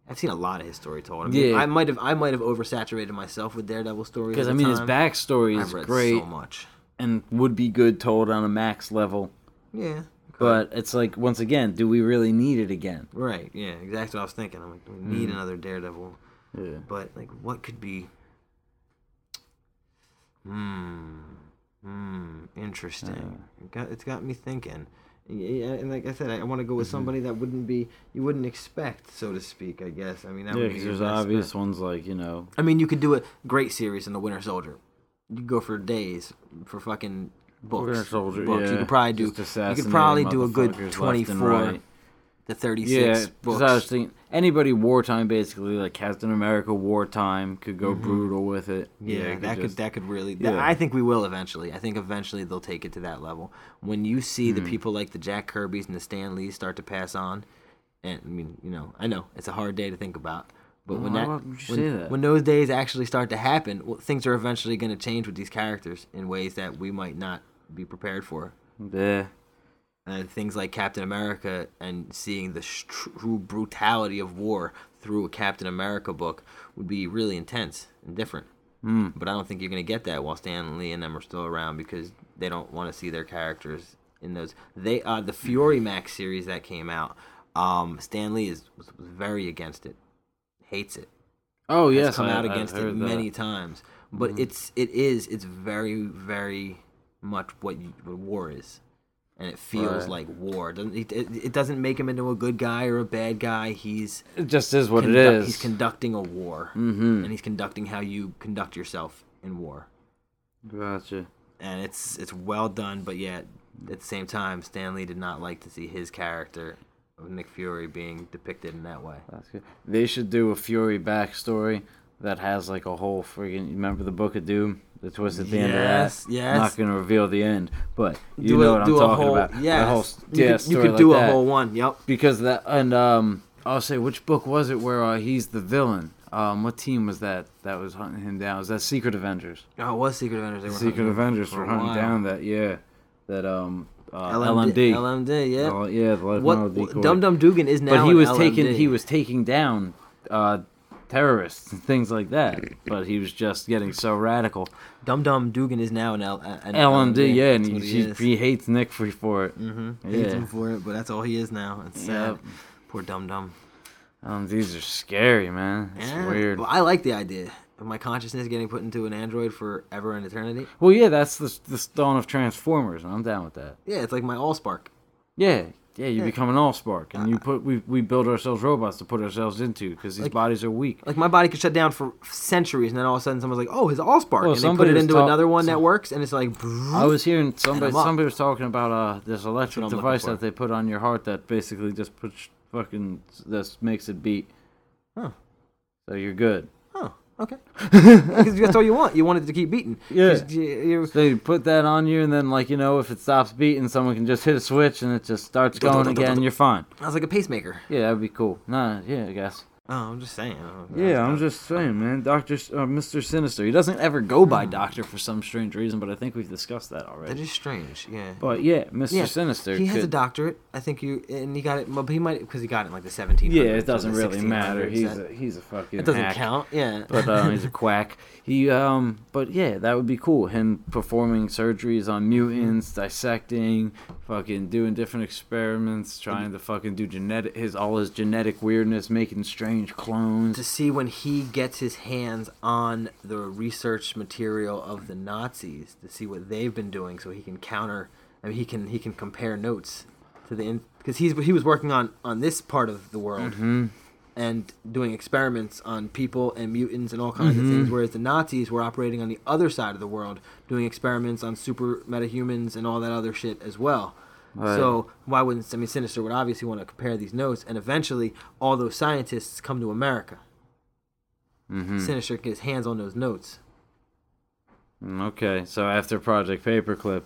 [SPEAKER 2] I've seen a lot of his story told. I mean,
[SPEAKER 3] Yeah.
[SPEAKER 2] I might have I might have oversaturated myself with Daredevil stories.
[SPEAKER 3] Because
[SPEAKER 2] at
[SPEAKER 3] I
[SPEAKER 2] the
[SPEAKER 3] mean, his
[SPEAKER 2] time.
[SPEAKER 3] backstory is
[SPEAKER 2] I've read
[SPEAKER 3] great
[SPEAKER 2] so much.
[SPEAKER 3] and would be good told on a Max level.
[SPEAKER 2] Yeah.
[SPEAKER 3] But it's like once again, do we really need it again?
[SPEAKER 2] Right. Yeah. Exactly what I was thinking. I'm like, we need
[SPEAKER 3] Mm.
[SPEAKER 2] another Daredevil.
[SPEAKER 3] Yeah.
[SPEAKER 2] But like, what could be? Hmm. Hmm. interesting. It got, it's got me thinking. Yeah, and like I said, I want to go with
[SPEAKER 3] Mm-hmm.
[SPEAKER 2] somebody that wouldn't be you wouldn't expect, so to speak. I guess. I mean, that
[SPEAKER 3] Yeah,
[SPEAKER 2] would be
[SPEAKER 3] because
[SPEAKER 2] your
[SPEAKER 3] there's
[SPEAKER 2] best bet.
[SPEAKER 3] obvious ones like you know
[SPEAKER 2] I mean, you could do a great series in the Winter Soldier. You could go for days for fucking books.
[SPEAKER 3] Winter Soldier.
[SPEAKER 2] books.
[SPEAKER 3] Yeah,
[SPEAKER 2] You could probably do.
[SPEAKER 3] just
[SPEAKER 2] You could
[SPEAKER 3] assassinating
[SPEAKER 2] probably do a
[SPEAKER 3] motherfuckers
[SPEAKER 2] good
[SPEAKER 3] left and
[SPEAKER 2] twenty-four
[SPEAKER 3] right.
[SPEAKER 2] to thirty-six
[SPEAKER 3] Yeah, because
[SPEAKER 2] books.
[SPEAKER 3] I was thinking anybody wartime basically like Captain America wartime could go brutal with it.
[SPEAKER 2] Mm-hmm. yeah,
[SPEAKER 3] it
[SPEAKER 2] that could
[SPEAKER 3] just-
[SPEAKER 2] that could really.
[SPEAKER 3] Yeah.
[SPEAKER 2] I think we will eventually. I think eventually they'll take it to that level. When you see
[SPEAKER 3] Hmm.
[SPEAKER 2] the people like the Jack Kirby's and the Stan Lee's start to pass on, and I mean, you know, I know it's a hard day to think about. But when
[SPEAKER 3] Why
[SPEAKER 2] that,
[SPEAKER 3] would you
[SPEAKER 2] when,
[SPEAKER 3] say that?
[SPEAKER 2] when those days actually start to happen, well, things are eventually going to change with these characters in ways that we might not be prepared for.
[SPEAKER 3] yeah.
[SPEAKER 2] uh, things like Captain America and seeing the sh- true brutality of war through a Captain America book would be really intense and different. Mm. But I don't think you're going to get that while Stan Lee and them are still around because they don't want to see their characters in those. They uh, the Fury Max series that came out. Um, Stan Lee is was, was very against it, hates it
[SPEAKER 3] Oh yes,
[SPEAKER 2] has come
[SPEAKER 3] I-
[SPEAKER 2] out
[SPEAKER 3] I've
[SPEAKER 2] against it
[SPEAKER 3] heard that. Mm-hmm.
[SPEAKER 2] many times. But it's it is it's very very much what, you, what war is, and it feels
[SPEAKER 3] Right.
[SPEAKER 2] like war. It doesn't it, it it doesn't make him into a good guy or a bad guy. He's
[SPEAKER 3] It just is what
[SPEAKER 2] conduct-
[SPEAKER 3] it is.
[SPEAKER 2] He's conducting a war, mm-hmm. and he's conducting how you conduct yourself in war.
[SPEAKER 3] gotcha.
[SPEAKER 2] And it's it's well done, but yet at the same time, Stanley did not like to see his character of Nick Fury being depicted in that way.
[SPEAKER 3] That's good. They should do a Fury backstory that has like a whole friggin' you remember the Book of Doom, the twist at the end of that.
[SPEAKER 2] Yes, yes.
[SPEAKER 3] I'm not gonna reveal the end, but you
[SPEAKER 2] Do
[SPEAKER 3] know
[SPEAKER 2] a-
[SPEAKER 3] what I'm
[SPEAKER 2] do a
[SPEAKER 3] talking
[SPEAKER 2] whole-
[SPEAKER 3] about.
[SPEAKER 2] yes.
[SPEAKER 3] A whole s-
[SPEAKER 2] you
[SPEAKER 3] yeah,
[SPEAKER 2] could, you
[SPEAKER 3] story
[SPEAKER 2] could
[SPEAKER 3] like
[SPEAKER 2] do a
[SPEAKER 3] that.
[SPEAKER 2] whole one. Yep.
[SPEAKER 3] because that and um I'll say which book was it where uh, he's the villain? Um, what team was that that was hunting him down? Was that Secret Avengers?
[SPEAKER 2] Oh, it was Secret Avengers. They were
[SPEAKER 3] Secret
[SPEAKER 2] hunting him
[SPEAKER 3] Avengers
[SPEAKER 2] for
[SPEAKER 3] were
[SPEAKER 2] a
[SPEAKER 3] hunting
[SPEAKER 2] while.
[SPEAKER 3] down that yeah that um uh,
[SPEAKER 2] LMD.
[SPEAKER 3] LMD.
[SPEAKER 2] LMD, yeah.
[SPEAKER 3] Oh, yeah, the
[SPEAKER 2] what,
[SPEAKER 3] Lebanon decoy.
[SPEAKER 2] Dum Dum Dugan is now.
[SPEAKER 3] but he
[SPEAKER 2] an
[SPEAKER 3] was
[SPEAKER 2] LMD.
[SPEAKER 3] taking he was taking down uh, terrorists and things like that. But he was just getting so radical.
[SPEAKER 2] Dum Dum Dugan is now an, L, an
[SPEAKER 3] LMD, yeah, and
[SPEAKER 2] That's
[SPEAKER 3] he,
[SPEAKER 2] what
[SPEAKER 3] he,
[SPEAKER 2] is.
[SPEAKER 3] he hates Nick for for it. Mm-hmm.
[SPEAKER 2] Hates him
[SPEAKER 3] Yeah,
[SPEAKER 2] for it, but that's all he is now. It's sad.
[SPEAKER 3] Yep.
[SPEAKER 2] Poor Dum Dum.
[SPEAKER 3] um, these are scary, man. It's
[SPEAKER 2] Yeah.
[SPEAKER 3] weird.
[SPEAKER 2] Well, I like the idea of my consciousness getting put into an android forever and eternity.
[SPEAKER 3] Well, yeah, that's the the dawn of Transformers, and I'm down with that.
[SPEAKER 2] Yeah, it's like my AllSpark.
[SPEAKER 3] Yeah, yeah, you become an all spark, and you put we we build ourselves robots to put ourselves into because these bodies are weak.
[SPEAKER 2] Like my body could shut down for centuries, and then all of a sudden someone's like, "Oh, his AllSpark," and they put
[SPEAKER 3] somebody
[SPEAKER 2] it
[SPEAKER 3] was
[SPEAKER 2] into
[SPEAKER 3] talk-
[SPEAKER 2] another one that works, and it's like, Uh-huh.
[SPEAKER 3] I was hearing somebody
[SPEAKER 2] I'm up.
[SPEAKER 3] somebody was talking about uh this
[SPEAKER 2] what
[SPEAKER 3] electric
[SPEAKER 2] I'm looking
[SPEAKER 3] device
[SPEAKER 2] for.
[SPEAKER 3] that they put on your heart that basically just puts fucking this makes it beat.
[SPEAKER 2] Huh.
[SPEAKER 3] So you're good.
[SPEAKER 2] "Oh, okay," because that's all you want. You want it to keep beating.
[SPEAKER 3] Yeah.
[SPEAKER 2] 'Cause you- you-
[SPEAKER 3] So you put that on you, and then like you know, if it stops beating, someone can just hit a switch, and it just starts going again. You're fine.
[SPEAKER 2] I was like a pacemaker.
[SPEAKER 3] Yeah, that'd be cool. Nah, yeah, I guess.
[SPEAKER 2] Oh, I'm just saying. Oh, that's
[SPEAKER 3] Yeah, I'm
[SPEAKER 2] not-
[SPEAKER 3] just saying, man. Doctor, uh, Mister Sinister. He doesn't ever go by
[SPEAKER 2] Hmm.
[SPEAKER 3] Doctor for some strange reason, but I think we've discussed that
[SPEAKER 2] That
[SPEAKER 3] already.
[SPEAKER 2] is strange. Yeah.
[SPEAKER 3] But yeah, Mister
[SPEAKER 2] yeah,
[SPEAKER 3] Sinister.
[SPEAKER 2] He has a
[SPEAKER 3] could-
[SPEAKER 2] doctorate. I think you and he got it. Well, he might because he got it in like the 1700s.
[SPEAKER 3] Yeah,
[SPEAKER 2] or
[SPEAKER 3] it
[SPEAKER 2] the
[SPEAKER 3] doesn't really
[SPEAKER 2] 1600s.
[SPEAKER 3] matter. He's
[SPEAKER 2] That-
[SPEAKER 3] a, he's a fucking.
[SPEAKER 2] it doesn't
[SPEAKER 3] hack.
[SPEAKER 2] count. Yeah.
[SPEAKER 3] but um, he's a quack. He um, but yeah, that would be cool. Him performing surgeries on mutants, dissecting, fucking doing different experiments, trying to fucking do genetic his all his genetic weirdness, making strange
[SPEAKER 2] to
[SPEAKER 3] clones.
[SPEAKER 2] see when he gets his hands on the research material of the Nazis to see what they've been doing, so he can counter. I mean, he can he can compare notes to the because he's he was working on on this part of the world and doing experiments on people and mutants and all kinds of things, whereas the Nazis were operating on the other side of the world doing experiments on super metahumans and all that other shit as well. So why wouldn't I mean Sinister would obviously want to compare these notes, and eventually all those scientists come to America. Sinister gets hands on those notes.
[SPEAKER 3] Mm, Okay, so after Project Paperclip.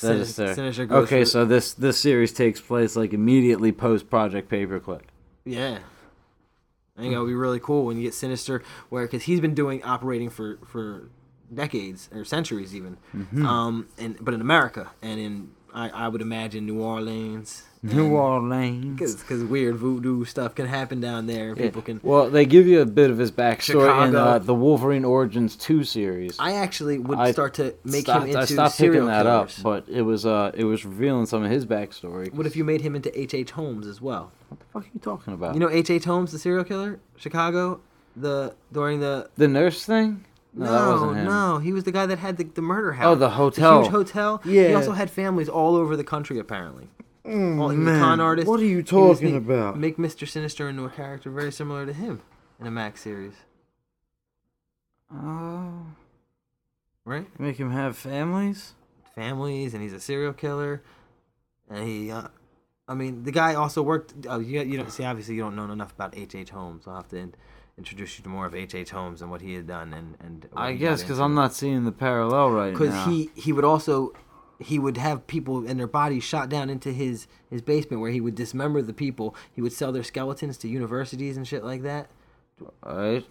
[SPEAKER 3] That is
[SPEAKER 2] Sinister-
[SPEAKER 3] there.
[SPEAKER 2] Sinister goes
[SPEAKER 3] Okay,
[SPEAKER 2] for-
[SPEAKER 3] so this this series takes place like immediately post Project Paperclip.
[SPEAKER 2] Yeah. I think that would be really cool when you get Sinister, where because he's been doing operating for for decades or centuries even,
[SPEAKER 3] Mm-hmm.
[SPEAKER 2] um, and but in America and in I, I would imagine New Orleans,
[SPEAKER 3] New Orleans.
[SPEAKER 2] because weird voodoo stuff can happen down there. and
[SPEAKER 3] Yeah.
[SPEAKER 2] People can.
[SPEAKER 3] Well, they give you a bit of his backstory in
[SPEAKER 2] Chicago.
[SPEAKER 3] uh, the Wolverine Origins two series.
[SPEAKER 2] I actually would
[SPEAKER 3] I
[SPEAKER 2] start to make him into
[SPEAKER 3] I stopped
[SPEAKER 2] serial
[SPEAKER 3] picking that up,
[SPEAKER 2] killers.
[SPEAKER 3] but it was uh, it was revealing some of his backstory.
[SPEAKER 2] what if you made him into H. H. Holmes as well?
[SPEAKER 3] What the fuck are you talking about?
[SPEAKER 2] You know H. H. Holmes, the serial killer, Chicago, the during the
[SPEAKER 3] the nurse thing. No,
[SPEAKER 2] No,
[SPEAKER 3] that wasn't him. Oh,
[SPEAKER 2] no, he was the guy that had the, the murder house.
[SPEAKER 3] the hotel.
[SPEAKER 2] huge hotel. He
[SPEAKER 3] Yeah. Mm,
[SPEAKER 2] also had families all over the country, apparently. all, he was a
[SPEAKER 3] man.
[SPEAKER 2] con artist.
[SPEAKER 3] What are you
[SPEAKER 2] He was
[SPEAKER 3] talking
[SPEAKER 2] the-
[SPEAKER 3] about?
[SPEAKER 2] Make Mister Sinister into a character very similar to him in a Max series,
[SPEAKER 3] Oh,
[SPEAKER 2] right?
[SPEAKER 3] make him have families.
[SPEAKER 2] Families, and he's a serial killer, and he. Uh, I mean, the guy also worked. Uh, you, you don't see. Obviously, you don't know enough about H. H. Holmes. I'll have to in, introduce you to more of H. H. Holmes and what he had done, and and. what
[SPEAKER 3] I
[SPEAKER 2] he got
[SPEAKER 3] guess because
[SPEAKER 2] into.
[SPEAKER 3] I'm not seeing the parallel right now.
[SPEAKER 2] because he he would also he would have people and their bodies shot down into his his basement where he would dismember the people he would sell their skeletons to universities and shit like that
[SPEAKER 3] Alright.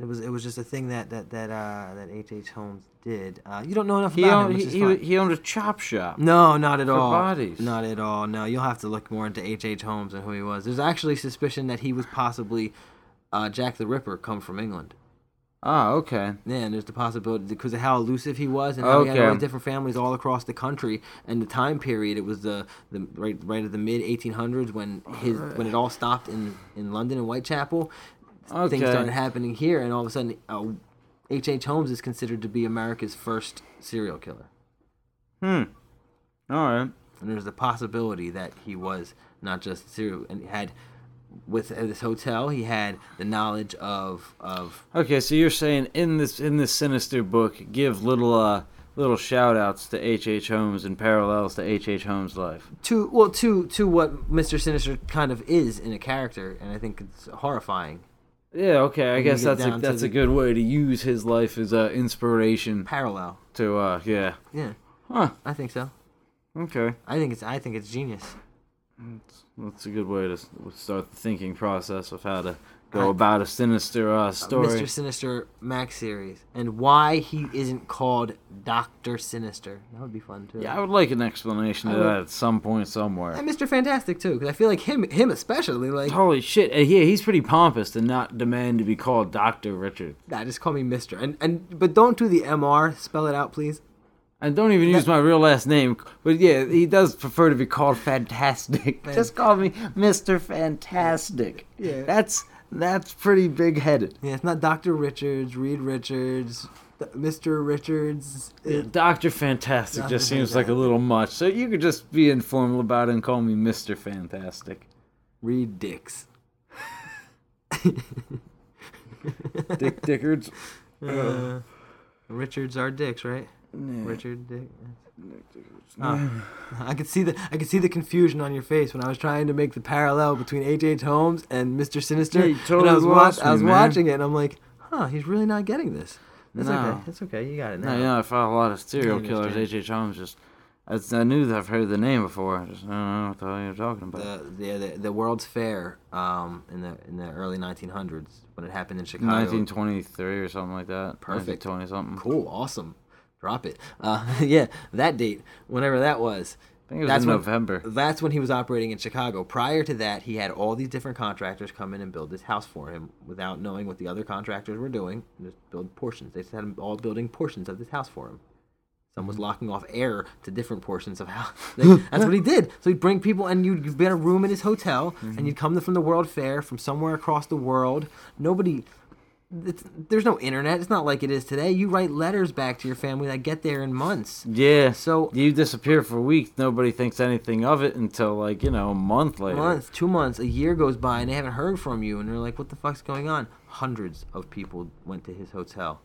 [SPEAKER 2] it was it was just a thing that that that uh that h h holmes did uh you don't know enough
[SPEAKER 3] He
[SPEAKER 2] about him
[SPEAKER 3] owned,
[SPEAKER 2] which
[SPEAKER 3] he,
[SPEAKER 2] is
[SPEAKER 3] he,
[SPEAKER 2] fine.
[SPEAKER 3] he owned a chop shop.
[SPEAKER 2] no not at all
[SPEAKER 3] bodies.
[SPEAKER 2] not at all no you'll have to look more into h h holmes and who he was there's actually suspicion that he was possibly uh jack the ripper come from england
[SPEAKER 3] Ah, okay.
[SPEAKER 2] Yeah, and there's the possibility because of how elusive he was, and how he had all
[SPEAKER 3] Okay.
[SPEAKER 2] these different families all across the country, and the time period. It was the, the right right at the mid 1800s when his when it all stopped in in London and Whitechapel. Things
[SPEAKER 3] Okay.
[SPEAKER 2] started happening here, and all of a sudden, uh, H. H. Holmes is considered to be America's first serial killer.
[SPEAKER 3] Hmm. All right.
[SPEAKER 2] And there's the possibility that he was not just serial and had with this hotel, he had the knowledge of of
[SPEAKER 3] Okay, so you're saying in this in this sinister book, give little uh little shout outs to H. H. Holmes and parallels to H. H. Holmes' life.
[SPEAKER 2] to well to to what Mr. Sinister kind of is in a character, and I think it's horrifying.
[SPEAKER 3] Yeah, okay, I guess
[SPEAKER 2] get
[SPEAKER 3] that's a
[SPEAKER 2] down to
[SPEAKER 3] that's a
[SPEAKER 2] the-
[SPEAKER 3] good way to use his life as uh, inspiration
[SPEAKER 2] Parallel,
[SPEAKER 3] to uh yeah.
[SPEAKER 2] yeah,
[SPEAKER 3] Huh.
[SPEAKER 2] I think so.
[SPEAKER 3] Okay.
[SPEAKER 2] I think it's I think it's genius.
[SPEAKER 3] That's a good way to s- start the thinking process of how to go about a sinister uh, story.
[SPEAKER 2] Mr. Sinister Max series, and why he isn't called Doctor Sinister. That would be fun too.
[SPEAKER 3] Yeah, I would like an explanation to
[SPEAKER 2] would-
[SPEAKER 3] that at some point somewhere.
[SPEAKER 2] and Mr. Fantastic too, because I feel like him him especially like
[SPEAKER 3] Holy shit! uh, Yeah, he's pretty pompous to not demand to be called Doctor Richard,
[SPEAKER 2] nah, just call me Mister and and but don't do the Mr. Spell it out, please.
[SPEAKER 3] and don't even use my real last name. But yeah, he does prefer to be called Fantastic. Just call me Mister Fantastic.
[SPEAKER 2] Yeah.
[SPEAKER 3] that's that's pretty big headed.
[SPEAKER 2] Yeah, it's not Doctor Richards, Reed Richards, Mr. Richards.
[SPEAKER 3] Doctor Fantastic
[SPEAKER 2] Dr.
[SPEAKER 3] just seems like a little much. So you could just be informal about it and call me Mister Fantastic.
[SPEAKER 2] Reed Dix.
[SPEAKER 3] Dick Dickards.
[SPEAKER 2] Uh, Richards are dicks, right? Richard Dick. Ah. I could see the I could see the confusion on your face when I was trying to make the parallel between H. H. Holmes and Mr. Sinister.
[SPEAKER 3] Yeah, you
[SPEAKER 2] and I
[SPEAKER 3] totally
[SPEAKER 2] was,
[SPEAKER 3] lost
[SPEAKER 2] I
[SPEAKER 3] me,
[SPEAKER 2] was
[SPEAKER 3] man.
[SPEAKER 2] watching it and I'm like, huh, he's really not getting this. That's
[SPEAKER 3] No.
[SPEAKER 2] okay. That's okay. You got it now.
[SPEAKER 3] No, you know, I follow a lot of serial
[SPEAKER 2] Yeah,
[SPEAKER 3] killers. H.
[SPEAKER 2] understand.
[SPEAKER 3] H. Holmes just. I, I knew that I've heard the name before. I just I don't know what the hell you're talking about.
[SPEAKER 2] The, the the the World's Fair um in the in the early 1900s when it happened in Chicago.
[SPEAKER 3] 1923 or something like that.
[SPEAKER 2] Perfect.
[SPEAKER 3] 20 something.
[SPEAKER 2] Cool, awesome. Drop it. Uh, yeah, that date, whenever that was.
[SPEAKER 3] I think it was in November.
[SPEAKER 2] When, that's when he was operating in Chicago. Prior to that, he had all these different contractors come in and build this house for him without knowing what the other contractors were doing. and Just build portions. They just had them all building portions of this house for him. Someone
[SPEAKER 3] Mm-hmm.
[SPEAKER 2] was locking off air to different portions of how. Like, that's what he did. So he'd bring people, and you'd, you'd be in a room in his hotel,
[SPEAKER 3] Mm-hmm.
[SPEAKER 2] and you'd come from the World Fair from somewhere across the world. Nobody, it's, there's no internet. It's not like it is today. You write letters back to your family that get there in months.
[SPEAKER 3] Yeah.
[SPEAKER 2] So-
[SPEAKER 3] you disappear for weeks. Nobody thinks anything of it until like you know a month later.
[SPEAKER 2] month, two months, a year goes by, and they haven't heard from you, and they're like, "What the fuck's going on?" Hundreds of people went to his hotel.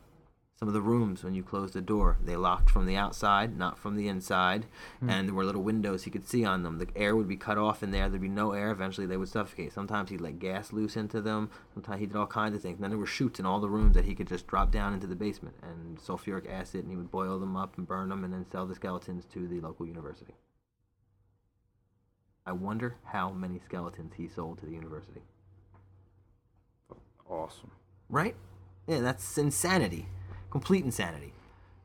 [SPEAKER 2] Some of the rooms, when you closed the door, they locked from the outside, not from the inside, and there were little windows he could see on them. The air would be cut off in there. There'd be no air. Eventually, they would suffocate. Sometimes he'd let gas loose into them. Sometimes he did all kinds of things. And then there were chutes in all the rooms that he could just drop down into the basement and sulfuric acid, and he would boil them up and burn them, and then sell the skeletons to the local university. I wonder how many skeletons he sold to the university.
[SPEAKER 3] Awesome.
[SPEAKER 2] Right? Yeah, that's insanity. Complete insanity.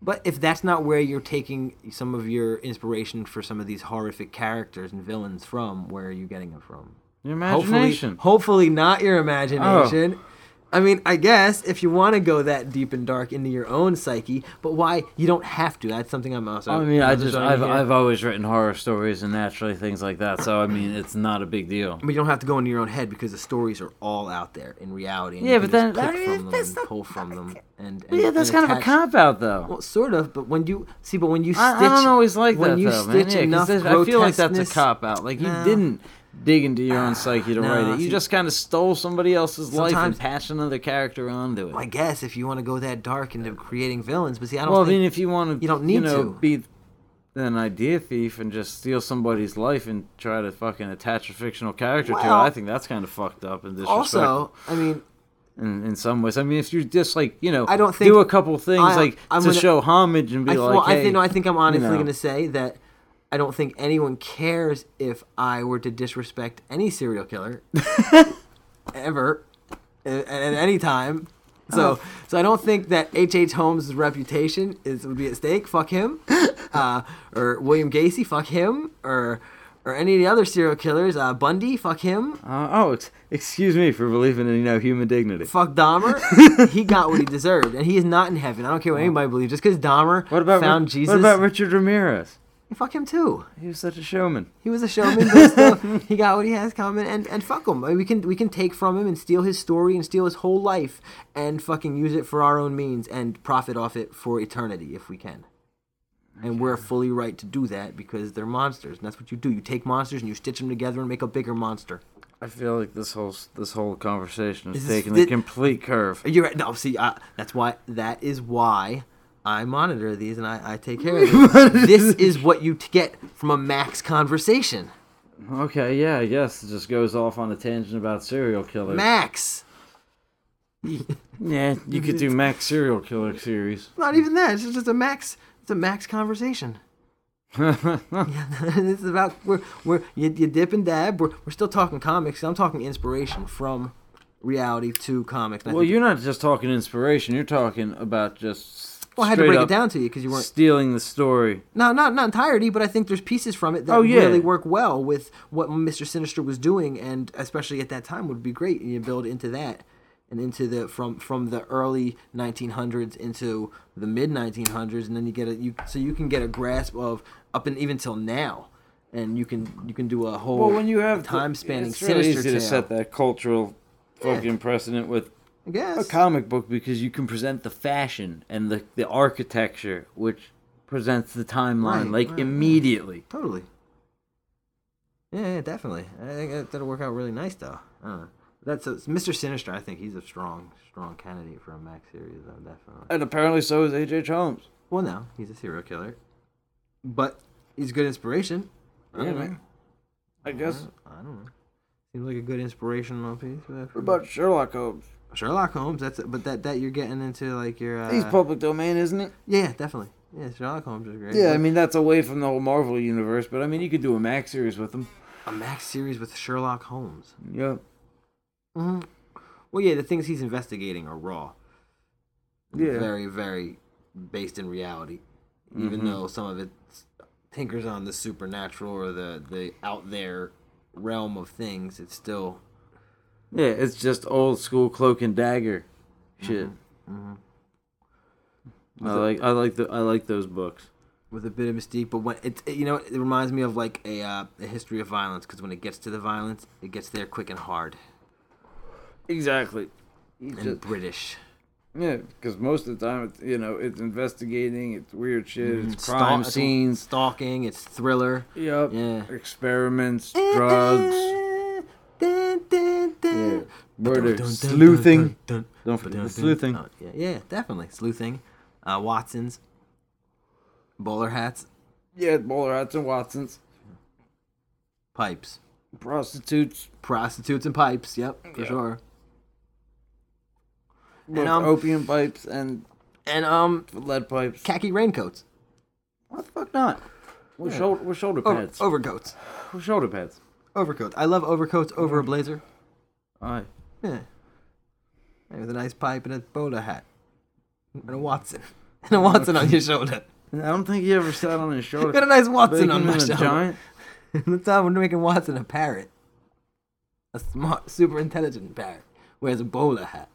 [SPEAKER 2] But if that's not where you're taking some of your inspiration for some of these horrific characters and villains from, where are you getting them from?
[SPEAKER 3] Your
[SPEAKER 2] Hopefully,
[SPEAKER 3] imagination. Oh.
[SPEAKER 2] hopefully not your imagination. I mean, I guess if you want to go that deep and dark into your own psyche, but why? You don't have to. That's something I'm also.
[SPEAKER 3] I mean, I
[SPEAKER 2] also
[SPEAKER 3] just
[SPEAKER 2] trying to
[SPEAKER 3] I've
[SPEAKER 2] get.
[SPEAKER 3] I've always written horror stories and naturally things like that. So I mean, it's not a big deal.
[SPEAKER 2] But you don't have to go into your own head because the stories are all out there in reality. And
[SPEAKER 3] Yeah,
[SPEAKER 2] you
[SPEAKER 3] but
[SPEAKER 2] can just
[SPEAKER 3] then- I
[SPEAKER 2] click
[SPEAKER 3] mean,
[SPEAKER 2] from them
[SPEAKER 3] that's
[SPEAKER 2] and
[SPEAKER 3] not-
[SPEAKER 2] pull from them, and, and
[SPEAKER 3] Yeah, that's
[SPEAKER 2] and
[SPEAKER 3] kind of a
[SPEAKER 2] attach-
[SPEAKER 3] cop out though.
[SPEAKER 2] Well, sort of, but when you see, but when you stitch,
[SPEAKER 3] I, I don't always like
[SPEAKER 2] when
[SPEAKER 3] that
[SPEAKER 2] you
[SPEAKER 3] though,
[SPEAKER 2] stitch
[SPEAKER 3] man. Yeah,
[SPEAKER 2] enough
[SPEAKER 3] 'cause there's- I feel like that's a
[SPEAKER 2] grotesqueness-
[SPEAKER 3] cop out. Like
[SPEAKER 2] No.
[SPEAKER 3] you didn't dig into your own psyche to
[SPEAKER 2] No,
[SPEAKER 3] write it. You
[SPEAKER 2] see-
[SPEAKER 3] just kind of stole somebody else's life
[SPEAKER 2] Sometimes-
[SPEAKER 3] and patched another character onto it.
[SPEAKER 2] I guess if you want to go that dark into creating villains, but see, I don't.
[SPEAKER 3] well,
[SPEAKER 2] think,
[SPEAKER 3] then if you want to,
[SPEAKER 2] you don't need
[SPEAKER 3] know,
[SPEAKER 2] to.
[SPEAKER 3] be an idea thief and just steal somebody's life and try to fucking attach a fictional character to it.
[SPEAKER 2] Well-
[SPEAKER 3] I think that's kind of fucked up and disrespectful.
[SPEAKER 2] also, I mean,
[SPEAKER 3] in, in some ways, I mean, if you just like you know,
[SPEAKER 2] I don't think-
[SPEAKER 3] do a couple things
[SPEAKER 2] I-
[SPEAKER 3] like
[SPEAKER 2] I'm
[SPEAKER 3] to
[SPEAKER 2] gonna-
[SPEAKER 3] show homage and be
[SPEAKER 2] I,
[SPEAKER 3] like,
[SPEAKER 2] well,
[SPEAKER 3] hey,
[SPEAKER 2] I think no, I think I'm honestly
[SPEAKER 3] know.
[SPEAKER 2] going to say that I don't think anyone cares if I were to disrespect any serial killer ever at, at any time. So,
[SPEAKER 3] Oh.
[SPEAKER 2] so I don't think that H. H. Holmes' reputation is would be at stake. Fuck him, uh, or William Gacy. Fuck him, or or any of the other serial killers. Uh, Bundy. Fuck him.
[SPEAKER 3] Uh, oh, ex- excuse me for believing in you know human dignity.
[SPEAKER 2] Fuck Dahmer. he got what he deserved, and he is not in heaven. I don't care what anybody believes. Just because Dahmer
[SPEAKER 3] What about
[SPEAKER 2] found
[SPEAKER 3] Ri-
[SPEAKER 2] Jesus,
[SPEAKER 3] What about Richard Ramirez?
[SPEAKER 2] fuck him too.
[SPEAKER 3] He was such a showman.
[SPEAKER 2] He was a showman, but still, he got what he has coming, and, and fuck him. We can we can take from him and steal his story and steal his whole life and fucking use it for our own means and profit off it for eternity if we can. And we're fully right to do that because they're monsters, and that's what you do. You take monsters and you stitch them together and make a bigger monster.
[SPEAKER 3] I feel like this whole this whole conversation is
[SPEAKER 2] This is-
[SPEAKER 3] taking
[SPEAKER 2] thi-
[SPEAKER 3] a complete curve.
[SPEAKER 2] You're right. No, see, I, that's why. That is why I monitor these and I, I take care of them. this is what you t- get from a max conversation.
[SPEAKER 3] Okay, yeah, I guess it just goes off on a tangent about serial killers.
[SPEAKER 2] Max.
[SPEAKER 3] yeah, you could do Max serial killer series.
[SPEAKER 2] Not even that. It's just a max. It's a max conversation. yeah, this is about we're we're you, you dip and dab. We're we're still talking comics. I'm talking inspiration from reality to comics. and I
[SPEAKER 3] Well,
[SPEAKER 2] think-
[SPEAKER 3] you're not just talking inspiration. You're talking about just.
[SPEAKER 2] well, I had to
[SPEAKER 3] straight
[SPEAKER 2] break it
[SPEAKER 3] up
[SPEAKER 2] down to you because you weren't.
[SPEAKER 3] Stealing the story.
[SPEAKER 2] No, not not entirety, but I think there's pieces from it that
[SPEAKER 3] Oh, yeah.
[SPEAKER 2] really work well with what Mr. Sinister was doing, and especially at that time would be great. And you build into that, and into the from from the early 1900s into the mid 1900s, and then you get a you so you can get a grasp of up and even till now, and you can you can do a whole
[SPEAKER 3] Well, when you have the-
[SPEAKER 2] time spanning
[SPEAKER 3] it's really
[SPEAKER 2] Sinister
[SPEAKER 3] easy
[SPEAKER 2] Tale.
[SPEAKER 3] to set that cultural
[SPEAKER 2] Yeah.
[SPEAKER 3] fucking precedent with
[SPEAKER 2] I guess.
[SPEAKER 3] a comic book because you can present the fashion and the, the architecture, which presents the timeline
[SPEAKER 2] Right,
[SPEAKER 3] like
[SPEAKER 2] right, right.
[SPEAKER 3] immediately.
[SPEAKER 2] Totally. Yeah, yeah, definitely. I think that- that'll work out really nice, though. I don't know. That's a, Mr. Sinister. I think he's a strong, strong candidate for a Max series, though, definitely.
[SPEAKER 3] And apparently, so is H.H. Holmes.
[SPEAKER 2] Well, no, he's a serial killer, but he's good inspiration. I don't
[SPEAKER 3] Yeah,
[SPEAKER 2] know. Uh-huh.
[SPEAKER 3] man. I guess.
[SPEAKER 2] I don't know. Seems like a good inspirational piece.
[SPEAKER 3] What about Sherlock Holmes?
[SPEAKER 2] Sherlock Holmes? That's a, but that that you're getting into like your uh,
[SPEAKER 3] He's public domain, isn't it?
[SPEAKER 2] yeah, definitely. Yeah, Sherlock Holmes is great.
[SPEAKER 3] Yeah, I
[SPEAKER 2] But
[SPEAKER 3] mean that's away from the whole Marvel universe, but I mean you could do a Max series with him.
[SPEAKER 2] a Max series with Sherlock Holmes.
[SPEAKER 3] Yeah.
[SPEAKER 2] hmm Well, yeah, the things he's investigating are raw.
[SPEAKER 3] Yeah.
[SPEAKER 2] Very, very based in reality.
[SPEAKER 3] Mm-hmm.
[SPEAKER 2] Even though some of it tinkers on the supernatural or the, the out there realm of things, it's still.
[SPEAKER 3] Yeah, it's just old school cloak and dagger
[SPEAKER 2] Mm-hmm.
[SPEAKER 3] shit. I like I like the I like those books.
[SPEAKER 2] With a bit of mystique, but when it's it, you know it reminds me of like a uh, a history of violence because when it gets to the violence, it gets there quick and hard
[SPEAKER 3] Exactly. You
[SPEAKER 2] and
[SPEAKER 3] just-
[SPEAKER 2] British.
[SPEAKER 3] Yeah, because most of the time, it's, you know, it's investigating, it's weird shit, it's
[SPEAKER 2] Stalk-
[SPEAKER 3] crime
[SPEAKER 2] it's
[SPEAKER 3] scenes,
[SPEAKER 2] stalking, it's thriller.
[SPEAKER 3] yep,
[SPEAKER 2] Yeah.
[SPEAKER 3] experiments,
[SPEAKER 2] Mm-hmm.
[SPEAKER 3] drugs,
[SPEAKER 2] Dun, dun, dun.
[SPEAKER 3] yeah, murder, sleuthing. Don't forget the sleuthing.
[SPEAKER 2] Oh, yeah, yeah, definitely sleuthing. Uh, Watsons, bowler hats,
[SPEAKER 3] Yeah, bowler hats and Watsons,
[SPEAKER 2] pipes,
[SPEAKER 3] prostitutes,
[SPEAKER 2] prostitutes and pipes. Yep, for
[SPEAKER 3] Yeah.
[SPEAKER 2] sure.
[SPEAKER 3] with
[SPEAKER 2] um,
[SPEAKER 3] opium pipes and
[SPEAKER 2] And um,
[SPEAKER 3] lead pipes.
[SPEAKER 2] khaki raincoats,
[SPEAKER 3] Why the fuck not? With, shoulder, with shoulder
[SPEAKER 2] Over-
[SPEAKER 3] pads.
[SPEAKER 2] overcoats,
[SPEAKER 3] With shoulder pads.
[SPEAKER 2] overcoats. I love overcoats over
[SPEAKER 3] Mm-hmm.
[SPEAKER 2] a blazer.
[SPEAKER 3] Aye.
[SPEAKER 2] Yeah, And with a nice pipe and a bowler hat and a Watson and a Watson on your shoulder.
[SPEAKER 3] I don't think he ever sat on his shoulder.
[SPEAKER 2] Got a nice Watson
[SPEAKER 3] Making
[SPEAKER 2] on my
[SPEAKER 3] him a
[SPEAKER 2] shoulder.
[SPEAKER 3] giant.
[SPEAKER 2] That's how we're making Watson a parrot. A smart, super intelligent parrot. Wears a bowler hat.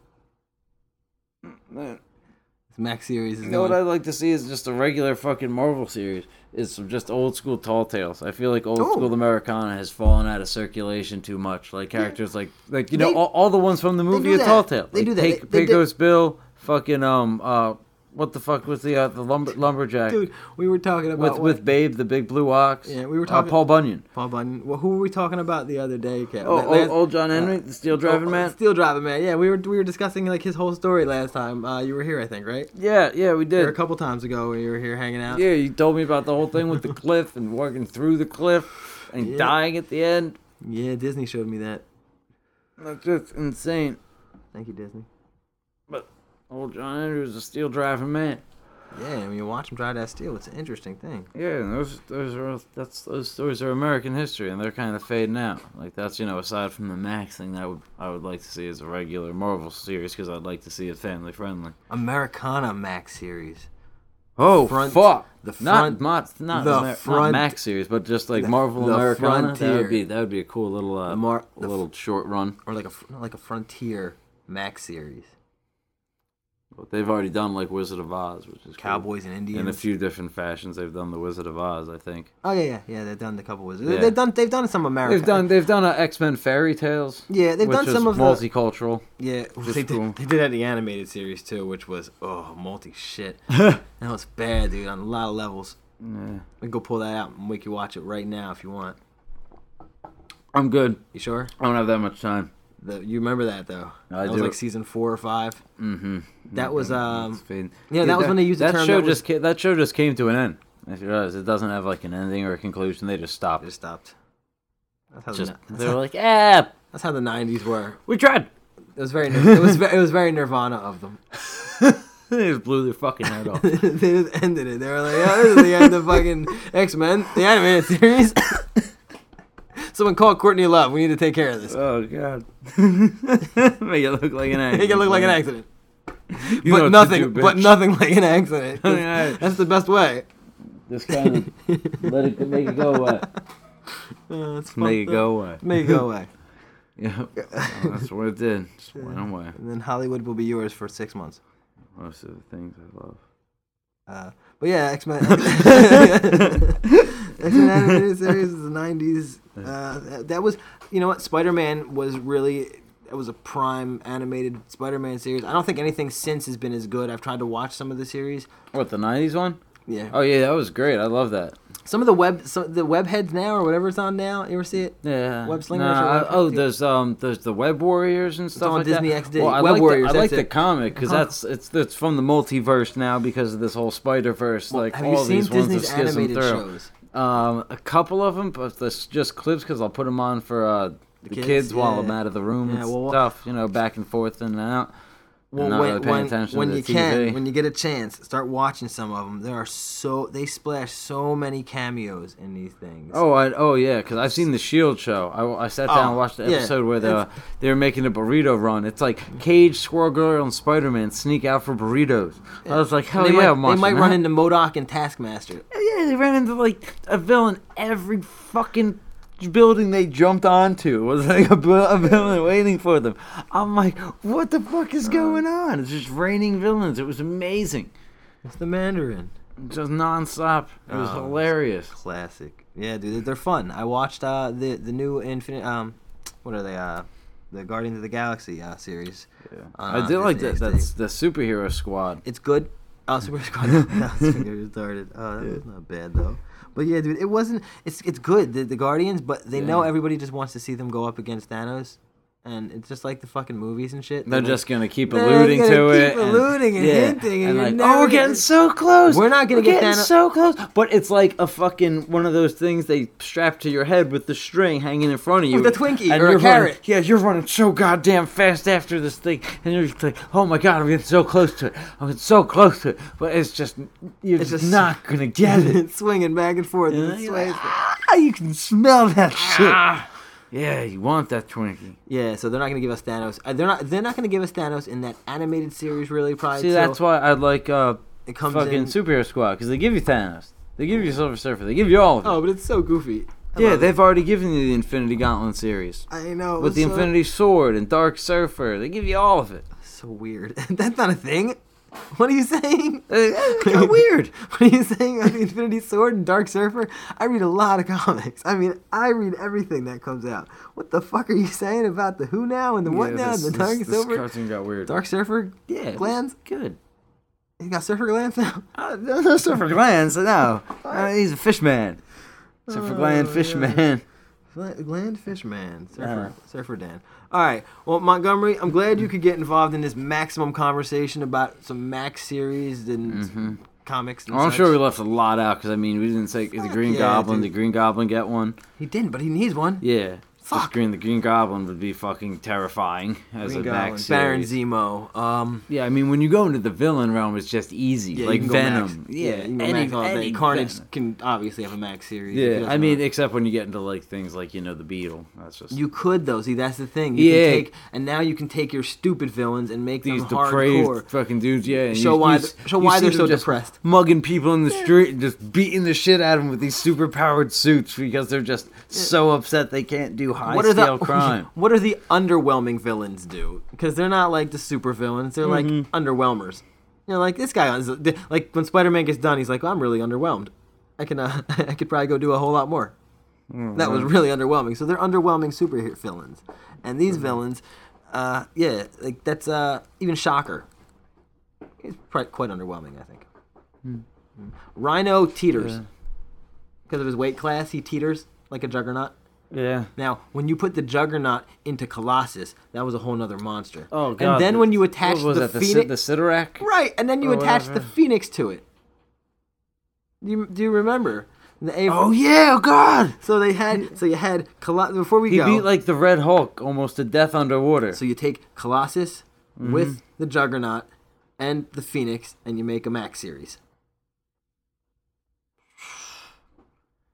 [SPEAKER 3] Man,
[SPEAKER 2] This Max series is
[SPEAKER 3] You know what
[SPEAKER 2] going-
[SPEAKER 3] I'd like to see is just a regular fucking Marvel series. Is some just old school tall tales. I feel like old
[SPEAKER 2] Oh.
[SPEAKER 3] school Americana has fallen out of circulation too much. Like characters like like you know
[SPEAKER 2] They-
[SPEAKER 3] all, all the ones from the movie
[SPEAKER 2] do
[SPEAKER 3] are
[SPEAKER 2] that.
[SPEAKER 3] tall tales.
[SPEAKER 2] They do that.
[SPEAKER 3] Pig,
[SPEAKER 2] They- they did-
[SPEAKER 3] Pecos Bill, fucking um uh what the fuck was the uh, the lumber, lumberjack
[SPEAKER 2] dude. We were talking
[SPEAKER 3] with
[SPEAKER 2] about what-
[SPEAKER 3] with Babe the big blue ox.
[SPEAKER 2] Yeah, we were
[SPEAKER 3] Uh,
[SPEAKER 2] talking-
[SPEAKER 3] Paul Bunyan.
[SPEAKER 2] Paul Bunyan. Well, who were we talking about the other day? Kev?
[SPEAKER 3] Oh,
[SPEAKER 2] La-
[SPEAKER 3] old,
[SPEAKER 2] last-
[SPEAKER 3] old John Henry, the steel driving
[SPEAKER 2] Oh,
[SPEAKER 3] man.
[SPEAKER 2] Steel driving man. Yeah, we were we were discussing like his whole story last time. Uh, you were here, I think, right?
[SPEAKER 3] Yeah, yeah, we
[SPEAKER 2] Or a
[SPEAKER 3] did.
[SPEAKER 2] couple times ago when you were here hanging out.
[SPEAKER 3] Yeah, you told me about the whole thing with the cliff and walking through the cliff and
[SPEAKER 2] Yeah.
[SPEAKER 3] dying at the end.
[SPEAKER 2] Yeah, Disney showed me that.
[SPEAKER 3] That's just insane.
[SPEAKER 2] Thank you, Disney.
[SPEAKER 3] Old John Andrews is a steel driving man.
[SPEAKER 2] Yeah, I mean, you watch him drive that steel. It's an interesting thing.
[SPEAKER 3] Yeah, and those those are that's those stories are American history, and they're kind of fading out. Like that's you know aside from the Max thing, that I would I would like to see as a regular Marvel series because I'd like to see it family friendly.
[SPEAKER 2] Americana Max series.
[SPEAKER 3] Oh
[SPEAKER 2] Front-
[SPEAKER 3] fuck!
[SPEAKER 2] the front-
[SPEAKER 3] not not not,
[SPEAKER 2] the
[SPEAKER 3] Amer-
[SPEAKER 2] front-
[SPEAKER 3] not Max series, but just like
[SPEAKER 2] the-
[SPEAKER 3] Marvel
[SPEAKER 2] the
[SPEAKER 3] Americana. That
[SPEAKER 2] frontier.
[SPEAKER 3] would be that would be a cool little uh,
[SPEAKER 2] The mar- the
[SPEAKER 3] little short run.
[SPEAKER 2] Or like a fr- like a frontier Max series.
[SPEAKER 3] But they've already done like Wizard of Oz, which is cool.
[SPEAKER 2] Cowboys and Indians.
[SPEAKER 3] in a few different fashions. They've done the Wizard of Oz, I think.
[SPEAKER 2] Oh yeah, yeah, yeah. They've done the couple wizards.
[SPEAKER 3] Yeah.
[SPEAKER 2] They've done they've done some American.
[SPEAKER 3] They've done they've done uh, X Men fairy tales.
[SPEAKER 2] Yeah, they've
[SPEAKER 3] which
[SPEAKER 2] done
[SPEAKER 3] is
[SPEAKER 2] some of the-
[SPEAKER 3] multicultural.
[SPEAKER 2] Yeah,
[SPEAKER 3] Just
[SPEAKER 2] they
[SPEAKER 3] cool.
[SPEAKER 2] did. They did have the animated series too, which was oh multi shit. that was bad, dude, on a lot of levels.
[SPEAKER 3] Yeah.
[SPEAKER 2] We can go pull that out and make you watch it right now if you want.
[SPEAKER 3] I'm good.
[SPEAKER 2] You sure?
[SPEAKER 3] I don't have that much time.
[SPEAKER 2] The, you remember that though?
[SPEAKER 3] I
[SPEAKER 2] that was
[SPEAKER 3] do.
[SPEAKER 2] like season four or five.
[SPEAKER 3] Mm-hmm.
[SPEAKER 2] That was um.
[SPEAKER 3] yeah,
[SPEAKER 2] that was when they used the
[SPEAKER 3] that
[SPEAKER 2] term
[SPEAKER 3] show
[SPEAKER 2] that was-
[SPEAKER 3] just ca- that show just came to an end. If you realize, it doesn't have like an ending or a conclusion. They
[SPEAKER 2] I
[SPEAKER 3] just stopped.
[SPEAKER 2] just stopped. That's how,
[SPEAKER 3] Just
[SPEAKER 2] the,
[SPEAKER 3] they're like, ah,
[SPEAKER 2] that's how the '90s were.
[SPEAKER 3] we tried.
[SPEAKER 2] It was very nir- it was ve- it was very Nirvana of them.
[SPEAKER 3] they just blew their fucking head off.
[SPEAKER 2] they just ended it. They were like, "Oh, this is the end of fucking X Men, the animated series." Someone called Courtney Love. We need to take care of this.
[SPEAKER 3] Oh god, make it look like an accident.
[SPEAKER 2] Make it look like an accident,
[SPEAKER 3] You know
[SPEAKER 2] but
[SPEAKER 3] what to
[SPEAKER 2] nothing,
[SPEAKER 3] do,
[SPEAKER 2] but
[SPEAKER 3] bitch.
[SPEAKER 2] nothing like an accident.
[SPEAKER 3] Yeah.
[SPEAKER 2] That's the best way.
[SPEAKER 3] Just kind of let it make it go away.
[SPEAKER 2] Uh, it's
[SPEAKER 3] Make it
[SPEAKER 2] fucked up.
[SPEAKER 3] go away.
[SPEAKER 2] Make it go away.
[SPEAKER 3] Yeah, that's what it did. Just went away.
[SPEAKER 2] And then Hollywood will be yours for six months.
[SPEAKER 3] Most of the things I love.
[SPEAKER 2] Uh, but yeah, X Men. X Men animated series is the '90s. Uh, that was, you know what? Spider Man was really. It was a prime animated Spider-Man series. I don't think anything since has been as good. I've tried to watch some of the series.
[SPEAKER 3] What the '90s one?
[SPEAKER 2] Yeah,
[SPEAKER 3] Oh yeah, that was great. I love that.
[SPEAKER 2] some of the web, some, the web heads now or whatever it's on now. You ever see it?
[SPEAKER 3] Yeah.
[SPEAKER 2] Web slingers
[SPEAKER 3] Nah,
[SPEAKER 2] or
[SPEAKER 3] I-
[SPEAKER 2] web-
[SPEAKER 3] oh, there's um, there's the Web Warriors and stuff
[SPEAKER 2] on
[SPEAKER 3] like
[SPEAKER 2] Disney
[SPEAKER 3] that.
[SPEAKER 2] XD.
[SPEAKER 3] Well, I
[SPEAKER 2] Web
[SPEAKER 3] like
[SPEAKER 2] Warriors,
[SPEAKER 3] The, I like
[SPEAKER 2] that's
[SPEAKER 3] the
[SPEAKER 2] it.
[SPEAKER 3] comic because
[SPEAKER 2] Huh.
[SPEAKER 3] that's it's it's from the multiverse now because of this whole Spider Verse. like
[SPEAKER 2] Have
[SPEAKER 3] all
[SPEAKER 2] you seen
[SPEAKER 3] these ones
[SPEAKER 2] Disney's
[SPEAKER 3] have schismed
[SPEAKER 2] animated
[SPEAKER 3] through.
[SPEAKER 2] shows?
[SPEAKER 3] Um, a couple of them, but this just clips because I'll put them on for uh the,
[SPEAKER 2] kids,
[SPEAKER 3] kids, while I'm
[SPEAKER 2] yeah.
[SPEAKER 3] out of the room
[SPEAKER 2] Yeah,
[SPEAKER 3] and
[SPEAKER 2] well,
[SPEAKER 3] stuff. You know, back and forth in and out.
[SPEAKER 2] Well,
[SPEAKER 3] not
[SPEAKER 2] when,
[SPEAKER 3] really paying
[SPEAKER 2] when-
[SPEAKER 3] attention
[SPEAKER 2] when
[SPEAKER 3] to the
[SPEAKER 2] you can,
[SPEAKER 3] TV.
[SPEAKER 2] when you get a chance, start watching some of them. There are so they splash so many cameos in these things.
[SPEAKER 3] Oh, I, oh yeah, because I've seen the Shield show. I, I sat down
[SPEAKER 2] Oh,
[SPEAKER 3] and watched the
[SPEAKER 2] yeah.
[SPEAKER 3] episode where they uh, they were making a burrito run. It's like Cage, Squirrel Girl, and Spider Man sneak out for burritos. I was like, hell
[SPEAKER 2] they
[SPEAKER 3] yeah,
[SPEAKER 2] might,
[SPEAKER 3] I'm watching
[SPEAKER 2] they might run
[SPEAKER 3] that.
[SPEAKER 2] into Modoc and Taskmaster.
[SPEAKER 3] Yeah, they ran into like a villain every fucking building they jumped onto was like a, bu- a villain waiting for them. I'm like, what the fuck is going
[SPEAKER 2] Uh.
[SPEAKER 3] on? It's just raining villains. It was amazing,
[SPEAKER 2] It's the Mandarin.
[SPEAKER 3] just nonstop. It was
[SPEAKER 2] Oh, it's-
[SPEAKER 3] hilarious.
[SPEAKER 2] Classic. Yeah, dude, they're fun. I watched uh, the the new Infinite. Um, what are they? Uh, the Guardians of the Galaxy uh, series. Uh,
[SPEAKER 3] I did like
[SPEAKER 2] Disney
[SPEAKER 3] that.
[SPEAKER 2] XD.
[SPEAKER 3] That's the superhero squad.
[SPEAKER 2] It's good. Oh, Super Squad. no, Finger started. Oh, that was not bad though. But yeah, dude, it wasn't. It's it's good. The, the Guardians, but they know
[SPEAKER 3] Yeah.
[SPEAKER 2] everybody just wants to see them go up against Thanos, and it's just like the fucking movies and shit.
[SPEAKER 3] They're
[SPEAKER 2] like,
[SPEAKER 3] just gonna keep
[SPEAKER 2] They're
[SPEAKER 3] alluding
[SPEAKER 2] gonna
[SPEAKER 3] to
[SPEAKER 2] keep
[SPEAKER 3] it.
[SPEAKER 2] alluding and hinting and you're
[SPEAKER 3] like,
[SPEAKER 2] never
[SPEAKER 3] oh, we're
[SPEAKER 2] gonna-
[SPEAKER 3] getting so close.
[SPEAKER 2] We're not gonna
[SPEAKER 3] We're
[SPEAKER 2] get
[SPEAKER 3] getting
[SPEAKER 2] Thanos-
[SPEAKER 3] so close. But it's like a fucking one of those things they strap to your head with the string hanging in front of you.
[SPEAKER 2] With a Twinkie
[SPEAKER 3] and
[SPEAKER 2] or a
[SPEAKER 3] you're running-
[SPEAKER 2] carrot.
[SPEAKER 3] yeah, you're running so goddamn fast after this thing, and you're just like, oh my god, I'm getting so close to it. I'm getting so close to it. But it's just you're
[SPEAKER 2] It's
[SPEAKER 3] just,
[SPEAKER 2] just-
[SPEAKER 3] not gonna get it.
[SPEAKER 2] it's swinging back and forth.
[SPEAKER 3] And
[SPEAKER 2] and
[SPEAKER 3] then
[SPEAKER 2] it
[SPEAKER 3] you're
[SPEAKER 2] sways.
[SPEAKER 3] like, ah, you can smell that
[SPEAKER 2] Ah.
[SPEAKER 3] shit. Yeah, you want that Twinkie.
[SPEAKER 2] Yeah, so they're not gonna give us Thanos. Uh, they're not. They're not gonna give us Thanos in that animated series, really. Probably.
[SPEAKER 3] See,
[SPEAKER 2] till
[SPEAKER 3] that's why I like uh,
[SPEAKER 2] it comes
[SPEAKER 3] fucking
[SPEAKER 2] in.
[SPEAKER 3] superhero squad because they give you Thanos, they give you Silver Surfer, they give you all of it.
[SPEAKER 2] oh, but it's so goofy. I
[SPEAKER 3] yeah,
[SPEAKER 2] love it.
[SPEAKER 3] they've already given you the Infinity Gauntlet series
[SPEAKER 2] I uh, know.
[SPEAKER 3] with the
[SPEAKER 2] so,
[SPEAKER 3] Infinity Sword and Dark Surfer. They give you all of it.
[SPEAKER 2] So weird. that's not a thing. What are you saying?
[SPEAKER 3] It's kind of weird.
[SPEAKER 2] What are you saying about the Infinity Sword and Dark Surfer? I read a lot of comics. I mean, I read everything that comes out. What the fuck are you saying about the Who now and the What now and the Dark Silver?
[SPEAKER 3] cartoon got weird.
[SPEAKER 2] Dark Surfer?
[SPEAKER 3] yeah,
[SPEAKER 2] Glands?
[SPEAKER 3] Good.
[SPEAKER 2] You got surfer glands now?
[SPEAKER 3] Uh, no, no surfer glands. No, Uh, he's a fish man. Surfer gland, fish
[SPEAKER 2] Uh,
[SPEAKER 3] man.
[SPEAKER 2] Gla- Gland Fishman,
[SPEAKER 3] Yeah.
[SPEAKER 2] Surfer, Surfer Dan. All right. Well, Montgomery, I'm glad you could get involved in this maximum conversation about some Max series and comics. And
[SPEAKER 3] Mm-hmm. Well, I'm
[SPEAKER 2] such.
[SPEAKER 3] sure we left a lot out because I mean we didn't say the Green
[SPEAKER 2] yeah,
[SPEAKER 3] Goblin.
[SPEAKER 2] dude.
[SPEAKER 3] The Green Goblin get one.
[SPEAKER 2] he didn't, but he needs one.
[SPEAKER 3] Yeah.
[SPEAKER 2] Fuck.
[SPEAKER 3] The Green, the Green Goblin would be fucking terrifying as
[SPEAKER 2] Green
[SPEAKER 3] a
[SPEAKER 2] Goblin,
[SPEAKER 3] Max
[SPEAKER 2] Baron
[SPEAKER 3] series.
[SPEAKER 2] Zemo. Um,
[SPEAKER 3] Yeah, I mean when you go into the villain realm, it's just easy.
[SPEAKER 2] yeah,
[SPEAKER 3] like
[SPEAKER 2] you can go
[SPEAKER 3] Venom.
[SPEAKER 2] Max.
[SPEAKER 3] Yeah,
[SPEAKER 2] you can go
[SPEAKER 3] any-
[SPEAKER 2] Max all day.
[SPEAKER 3] any
[SPEAKER 2] Carnage
[SPEAKER 3] Venom.
[SPEAKER 2] can obviously have a Max series. if he
[SPEAKER 3] Yeah,
[SPEAKER 2] doesn't
[SPEAKER 3] I mean
[SPEAKER 2] want-
[SPEAKER 3] except when you get into like things like you know the Beetle. That's just
[SPEAKER 2] you could though. See, that's the thing. You
[SPEAKER 3] Yeah.
[SPEAKER 2] Can take, and now you can take your stupid villains and make
[SPEAKER 3] these
[SPEAKER 2] them hardcore.
[SPEAKER 3] depraved fucking dudes. Yeah, and
[SPEAKER 2] Show why th- show why
[SPEAKER 3] see
[SPEAKER 2] they're
[SPEAKER 3] them
[SPEAKER 2] so
[SPEAKER 3] just
[SPEAKER 2] depressed.
[SPEAKER 3] mugging people in the street and just beating the shit out of them with these super powered suits because they're just so upset they can't do high
[SPEAKER 2] what are
[SPEAKER 3] scale
[SPEAKER 2] the
[SPEAKER 3] crime.
[SPEAKER 2] what are the underwhelming villains do? Because they're not like the super villains. They're like underwhelmers. You know, like this guy is like when Spider Man gets done, he's like, I'm really underwhelmed. I can uh, I could probably go do a whole lot more. That was really underwhelming. So they're underwhelming super villains, and these villains, uh, yeah, like that's uh, even Shocker. He's probably quite underwhelming, I think. Mm. Rhino teeters because of his weight class. He teeters like a juggernaut.
[SPEAKER 3] Yeah.
[SPEAKER 2] Now, when you put the Juggernaut into Colossus, that was a whole nother monster.
[SPEAKER 3] Oh god.
[SPEAKER 2] And then when you attach
[SPEAKER 3] what was
[SPEAKER 2] the
[SPEAKER 3] that,
[SPEAKER 2] Phoenix,
[SPEAKER 3] the, Sid- the Sidorak?
[SPEAKER 2] right? And then you
[SPEAKER 3] or
[SPEAKER 2] attach the
[SPEAKER 3] whatever.
[SPEAKER 2] Phoenix to it. Do you, do you remember? The A-
[SPEAKER 3] Oh yeah, oh god.
[SPEAKER 2] So they had. So you had Colossus before we
[SPEAKER 3] He
[SPEAKER 2] go.
[SPEAKER 3] beat like the Red Hulk almost to death underwater.
[SPEAKER 2] so you take Colossus with the Juggernaut and the Phoenix, and you make a Max series.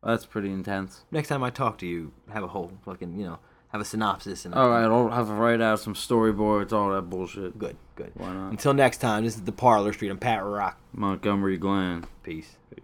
[SPEAKER 3] That's pretty intense.
[SPEAKER 2] Next time I talk to you, have a whole fucking you know, have a synopsis and a-
[SPEAKER 3] All right, I'll have to write out some storyboards, all that bullshit.
[SPEAKER 2] good, good.
[SPEAKER 3] Why not?
[SPEAKER 2] Until next time, this is the Parlor Street. I'm Pat Rock.
[SPEAKER 3] Montgomery Glenn.
[SPEAKER 2] Peace.
[SPEAKER 3] Peace.